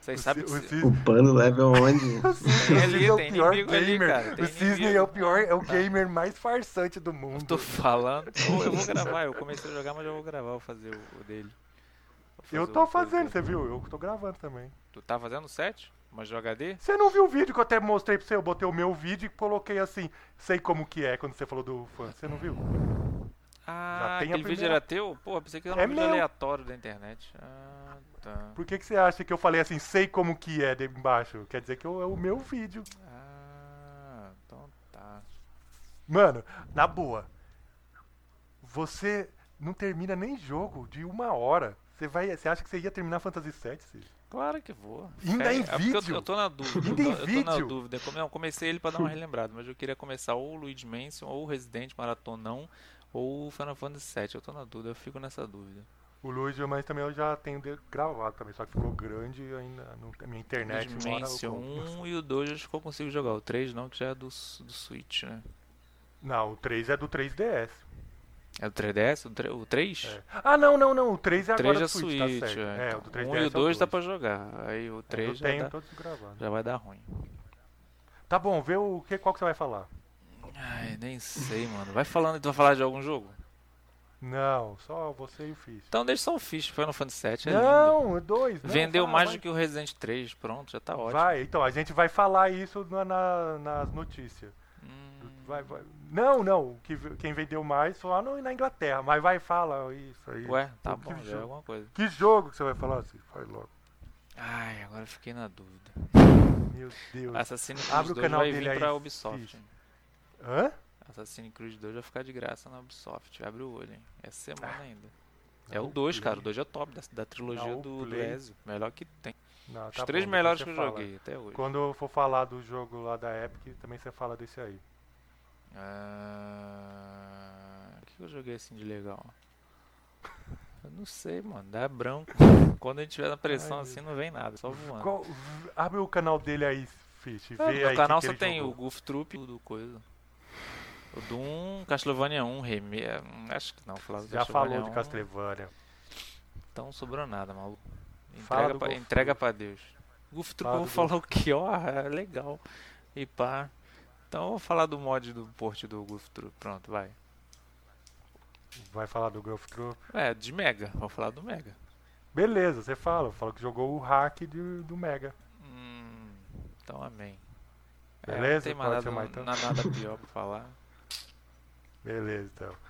Speaker 4: Vocês sabem que...
Speaker 2: o
Speaker 4: se-
Speaker 2: Cis-
Speaker 3: O pano level onde?
Speaker 2: o Cis- o
Speaker 4: Tem ali-
Speaker 2: Cis é o
Speaker 4: tem
Speaker 2: pior
Speaker 4: inimigo ali, cara,
Speaker 2: gamer.
Speaker 4: tem
Speaker 2: O Cisne
Speaker 4: inimigo. Tá.
Speaker 2: é o pior, é o gamer mais farsante do mundo.
Speaker 4: Tô falando. Pô, eu vou gravar, eu comecei a jogar, mas eu vou gravar, vou fazer o, o dele. Vou fazer
Speaker 2: Eu
Speaker 4: o-
Speaker 2: tô
Speaker 4: fazer o
Speaker 2: fazendo,
Speaker 4: dele.
Speaker 2: você viu? Eu tô gravando também.
Speaker 4: Tu tá fazendo o set? Mas de HD?
Speaker 2: Você não viu o vídeo que eu até mostrei pra você? Eu botei o meu vídeo e coloquei assim, sei como que é quando você falou do fã. Você não viu?
Speaker 4: Ah,
Speaker 2: tem a
Speaker 4: aquele vídeo
Speaker 2: primeira.
Speaker 4: era teu? Pô, pensei que era um
Speaker 2: É
Speaker 4: vídeo
Speaker 2: meu.
Speaker 4: aleatório da internet. Ah, tá.
Speaker 2: Por que, que você acha que eu falei assim, sei como que é de embaixo? Quer dizer que eu- é o meu vídeo.
Speaker 4: Ah, então tá.
Speaker 2: Mano, na boa. Você não termina nem jogo de uma hora. Você vai, você acha que você ia terminar Fantasy VII? Cid?
Speaker 4: Claro que vou.
Speaker 2: Ainda
Speaker 4: Cara,
Speaker 2: em
Speaker 4: porque eu-
Speaker 2: vídeo?
Speaker 4: Eu, tô na dúvida.
Speaker 2: Ainda
Speaker 4: eu,
Speaker 2: em
Speaker 4: tô, eu tô na
Speaker 2: vídeo?
Speaker 4: dúvida. Come- não, comecei ele pra dar uma relembrada, mas eu queria começar ou o Luigi Mansion, ou o Resident Maratonão, ou o Final Fantasy VII. Eu tô na dúvida, eu fico nessa dúvida.
Speaker 2: O Luigi, mas também eu já tenho de- gravado também, só que ficou grande e ainda não, a minha internet
Speaker 4: Luigi
Speaker 2: uma hora eu
Speaker 4: Mansion
Speaker 2: compro.
Speaker 4: 1 e o 2 eu acho que eu consigo jogar. O 3 não, que já é do, s- do Switch, né?
Speaker 2: Não, o 3 é do 3DS.
Speaker 4: É do 3DS? O, tre- o 3?
Speaker 2: É. Ah, não, não, não. O 3 é
Speaker 4: 3
Speaker 2: agora
Speaker 4: já
Speaker 2: do
Speaker 4: é
Speaker 2: Switch,
Speaker 4: Switch.
Speaker 2: tá certo.
Speaker 4: é.
Speaker 2: É, o do
Speaker 4: Então,
Speaker 2: 3DS
Speaker 4: um e
Speaker 2: é
Speaker 4: o 2 dá pra
Speaker 2: dois. É,
Speaker 4: jogar. Aí o 3
Speaker 2: Eu
Speaker 4: já, tá
Speaker 2: tenho
Speaker 4: dá-
Speaker 2: todos gravados.
Speaker 4: já vai dar ruim.
Speaker 2: Tá bom, vê o que, qual que você vai falar.
Speaker 4: Ai, nem sei, mano. Vai falando, tu vai falar de algum jogo?
Speaker 2: Não, só você e o Fish.
Speaker 4: Então deixa só o Fish Final Fantasy VII. É lindo.
Speaker 2: não, é dois. não,
Speaker 4: Vendeu
Speaker 2: fala,
Speaker 4: mais
Speaker 2: vai.
Speaker 4: do que o Resident 3, pronto, já tá ótimo.
Speaker 2: Vai, então, a gente vai falar isso na- na- nas notícias.
Speaker 4: Hum,
Speaker 2: Vai, vai. Não, não. que- quem vendeu mais foi lá no- na Inglaterra. Mas vai, fala isso aí.
Speaker 4: Ué, tá
Speaker 2: Que
Speaker 4: bom, já é
Speaker 2: jogo?
Speaker 4: alguma coisa.
Speaker 2: Que jogo que você vai falar, Cid? Vai logo.
Speaker 4: Ai, agora eu fiquei na dúvida.
Speaker 2: Meu Deus.
Speaker 4: Assassin's Creed
Speaker 2: Hum. Abre o
Speaker 4: 2
Speaker 2: canal
Speaker 4: vai
Speaker 2: dele
Speaker 4: vir
Speaker 2: aí,
Speaker 4: pra Ubisoft.
Speaker 2: Fish. Hã?
Speaker 4: Assassin's Creed 2 vai ficar de graça na Ubisoft. Abre o olho, hein? Essa
Speaker 2: Ah,
Speaker 4: semana ainda. É
Speaker 2: Não,
Speaker 4: o 2,
Speaker 2: Play.
Speaker 4: cara. O 2 é o top da, da trilogia
Speaker 2: Não,
Speaker 4: do, do
Speaker 2: Play.
Speaker 4: Ezio. Melhor que tem.
Speaker 2: Não,
Speaker 4: Os
Speaker 2: tá
Speaker 4: três
Speaker 2: bom, depois
Speaker 4: melhores
Speaker 2: você
Speaker 4: que eu
Speaker 2: fala.
Speaker 4: joguei até hoje.
Speaker 2: Quando eu for falar do jogo lá da Epic, também você fala desse aí.
Speaker 4: Ah, O que eu joguei assim de legal? Eu não sei, mano. Dá branco. Quando a gente tiver na pressão
Speaker 2: Ai,
Speaker 4: assim, não vem nada, só voando.
Speaker 2: Qual- v- abre o canal dele aí, Fish.
Speaker 4: É,
Speaker 2: vê
Speaker 4: no
Speaker 2: aí
Speaker 4: canal
Speaker 2: que
Speaker 4: só
Speaker 2: que ele
Speaker 4: tem o
Speaker 2: jogou.
Speaker 4: Goof Troop do coisa. O Doom, Castlevania 1, Reme... é, hum, Acho que não, falar do
Speaker 2: Já falou de
Speaker 4: um,
Speaker 2: Castlevania.
Speaker 4: Então sobrou nada, maluco.
Speaker 2: Fala
Speaker 4: Entrega,
Speaker 2: do
Speaker 4: pra,
Speaker 2: Goof
Speaker 4: entrega pra Deus. Goof Troop
Speaker 2: Fala
Speaker 4: eu vou
Speaker 2: do
Speaker 4: falar o que, ó, é legal. E pá. Então eu vou falar do mod do port do Goof Troop. Pronto, vai.
Speaker 2: Vai falar do Golf Troop.
Speaker 4: É, de Mega. Vou falar do Mega.
Speaker 2: Beleza, você fala. Fala que jogou o hack de- do Mega.
Speaker 4: Hum, então amém.
Speaker 2: Beleza?
Speaker 4: É, não tem mais
Speaker 2: Pode
Speaker 4: nada,
Speaker 2: ser mais então?
Speaker 4: na- nada pior pra falar.
Speaker 2: Beleza, então.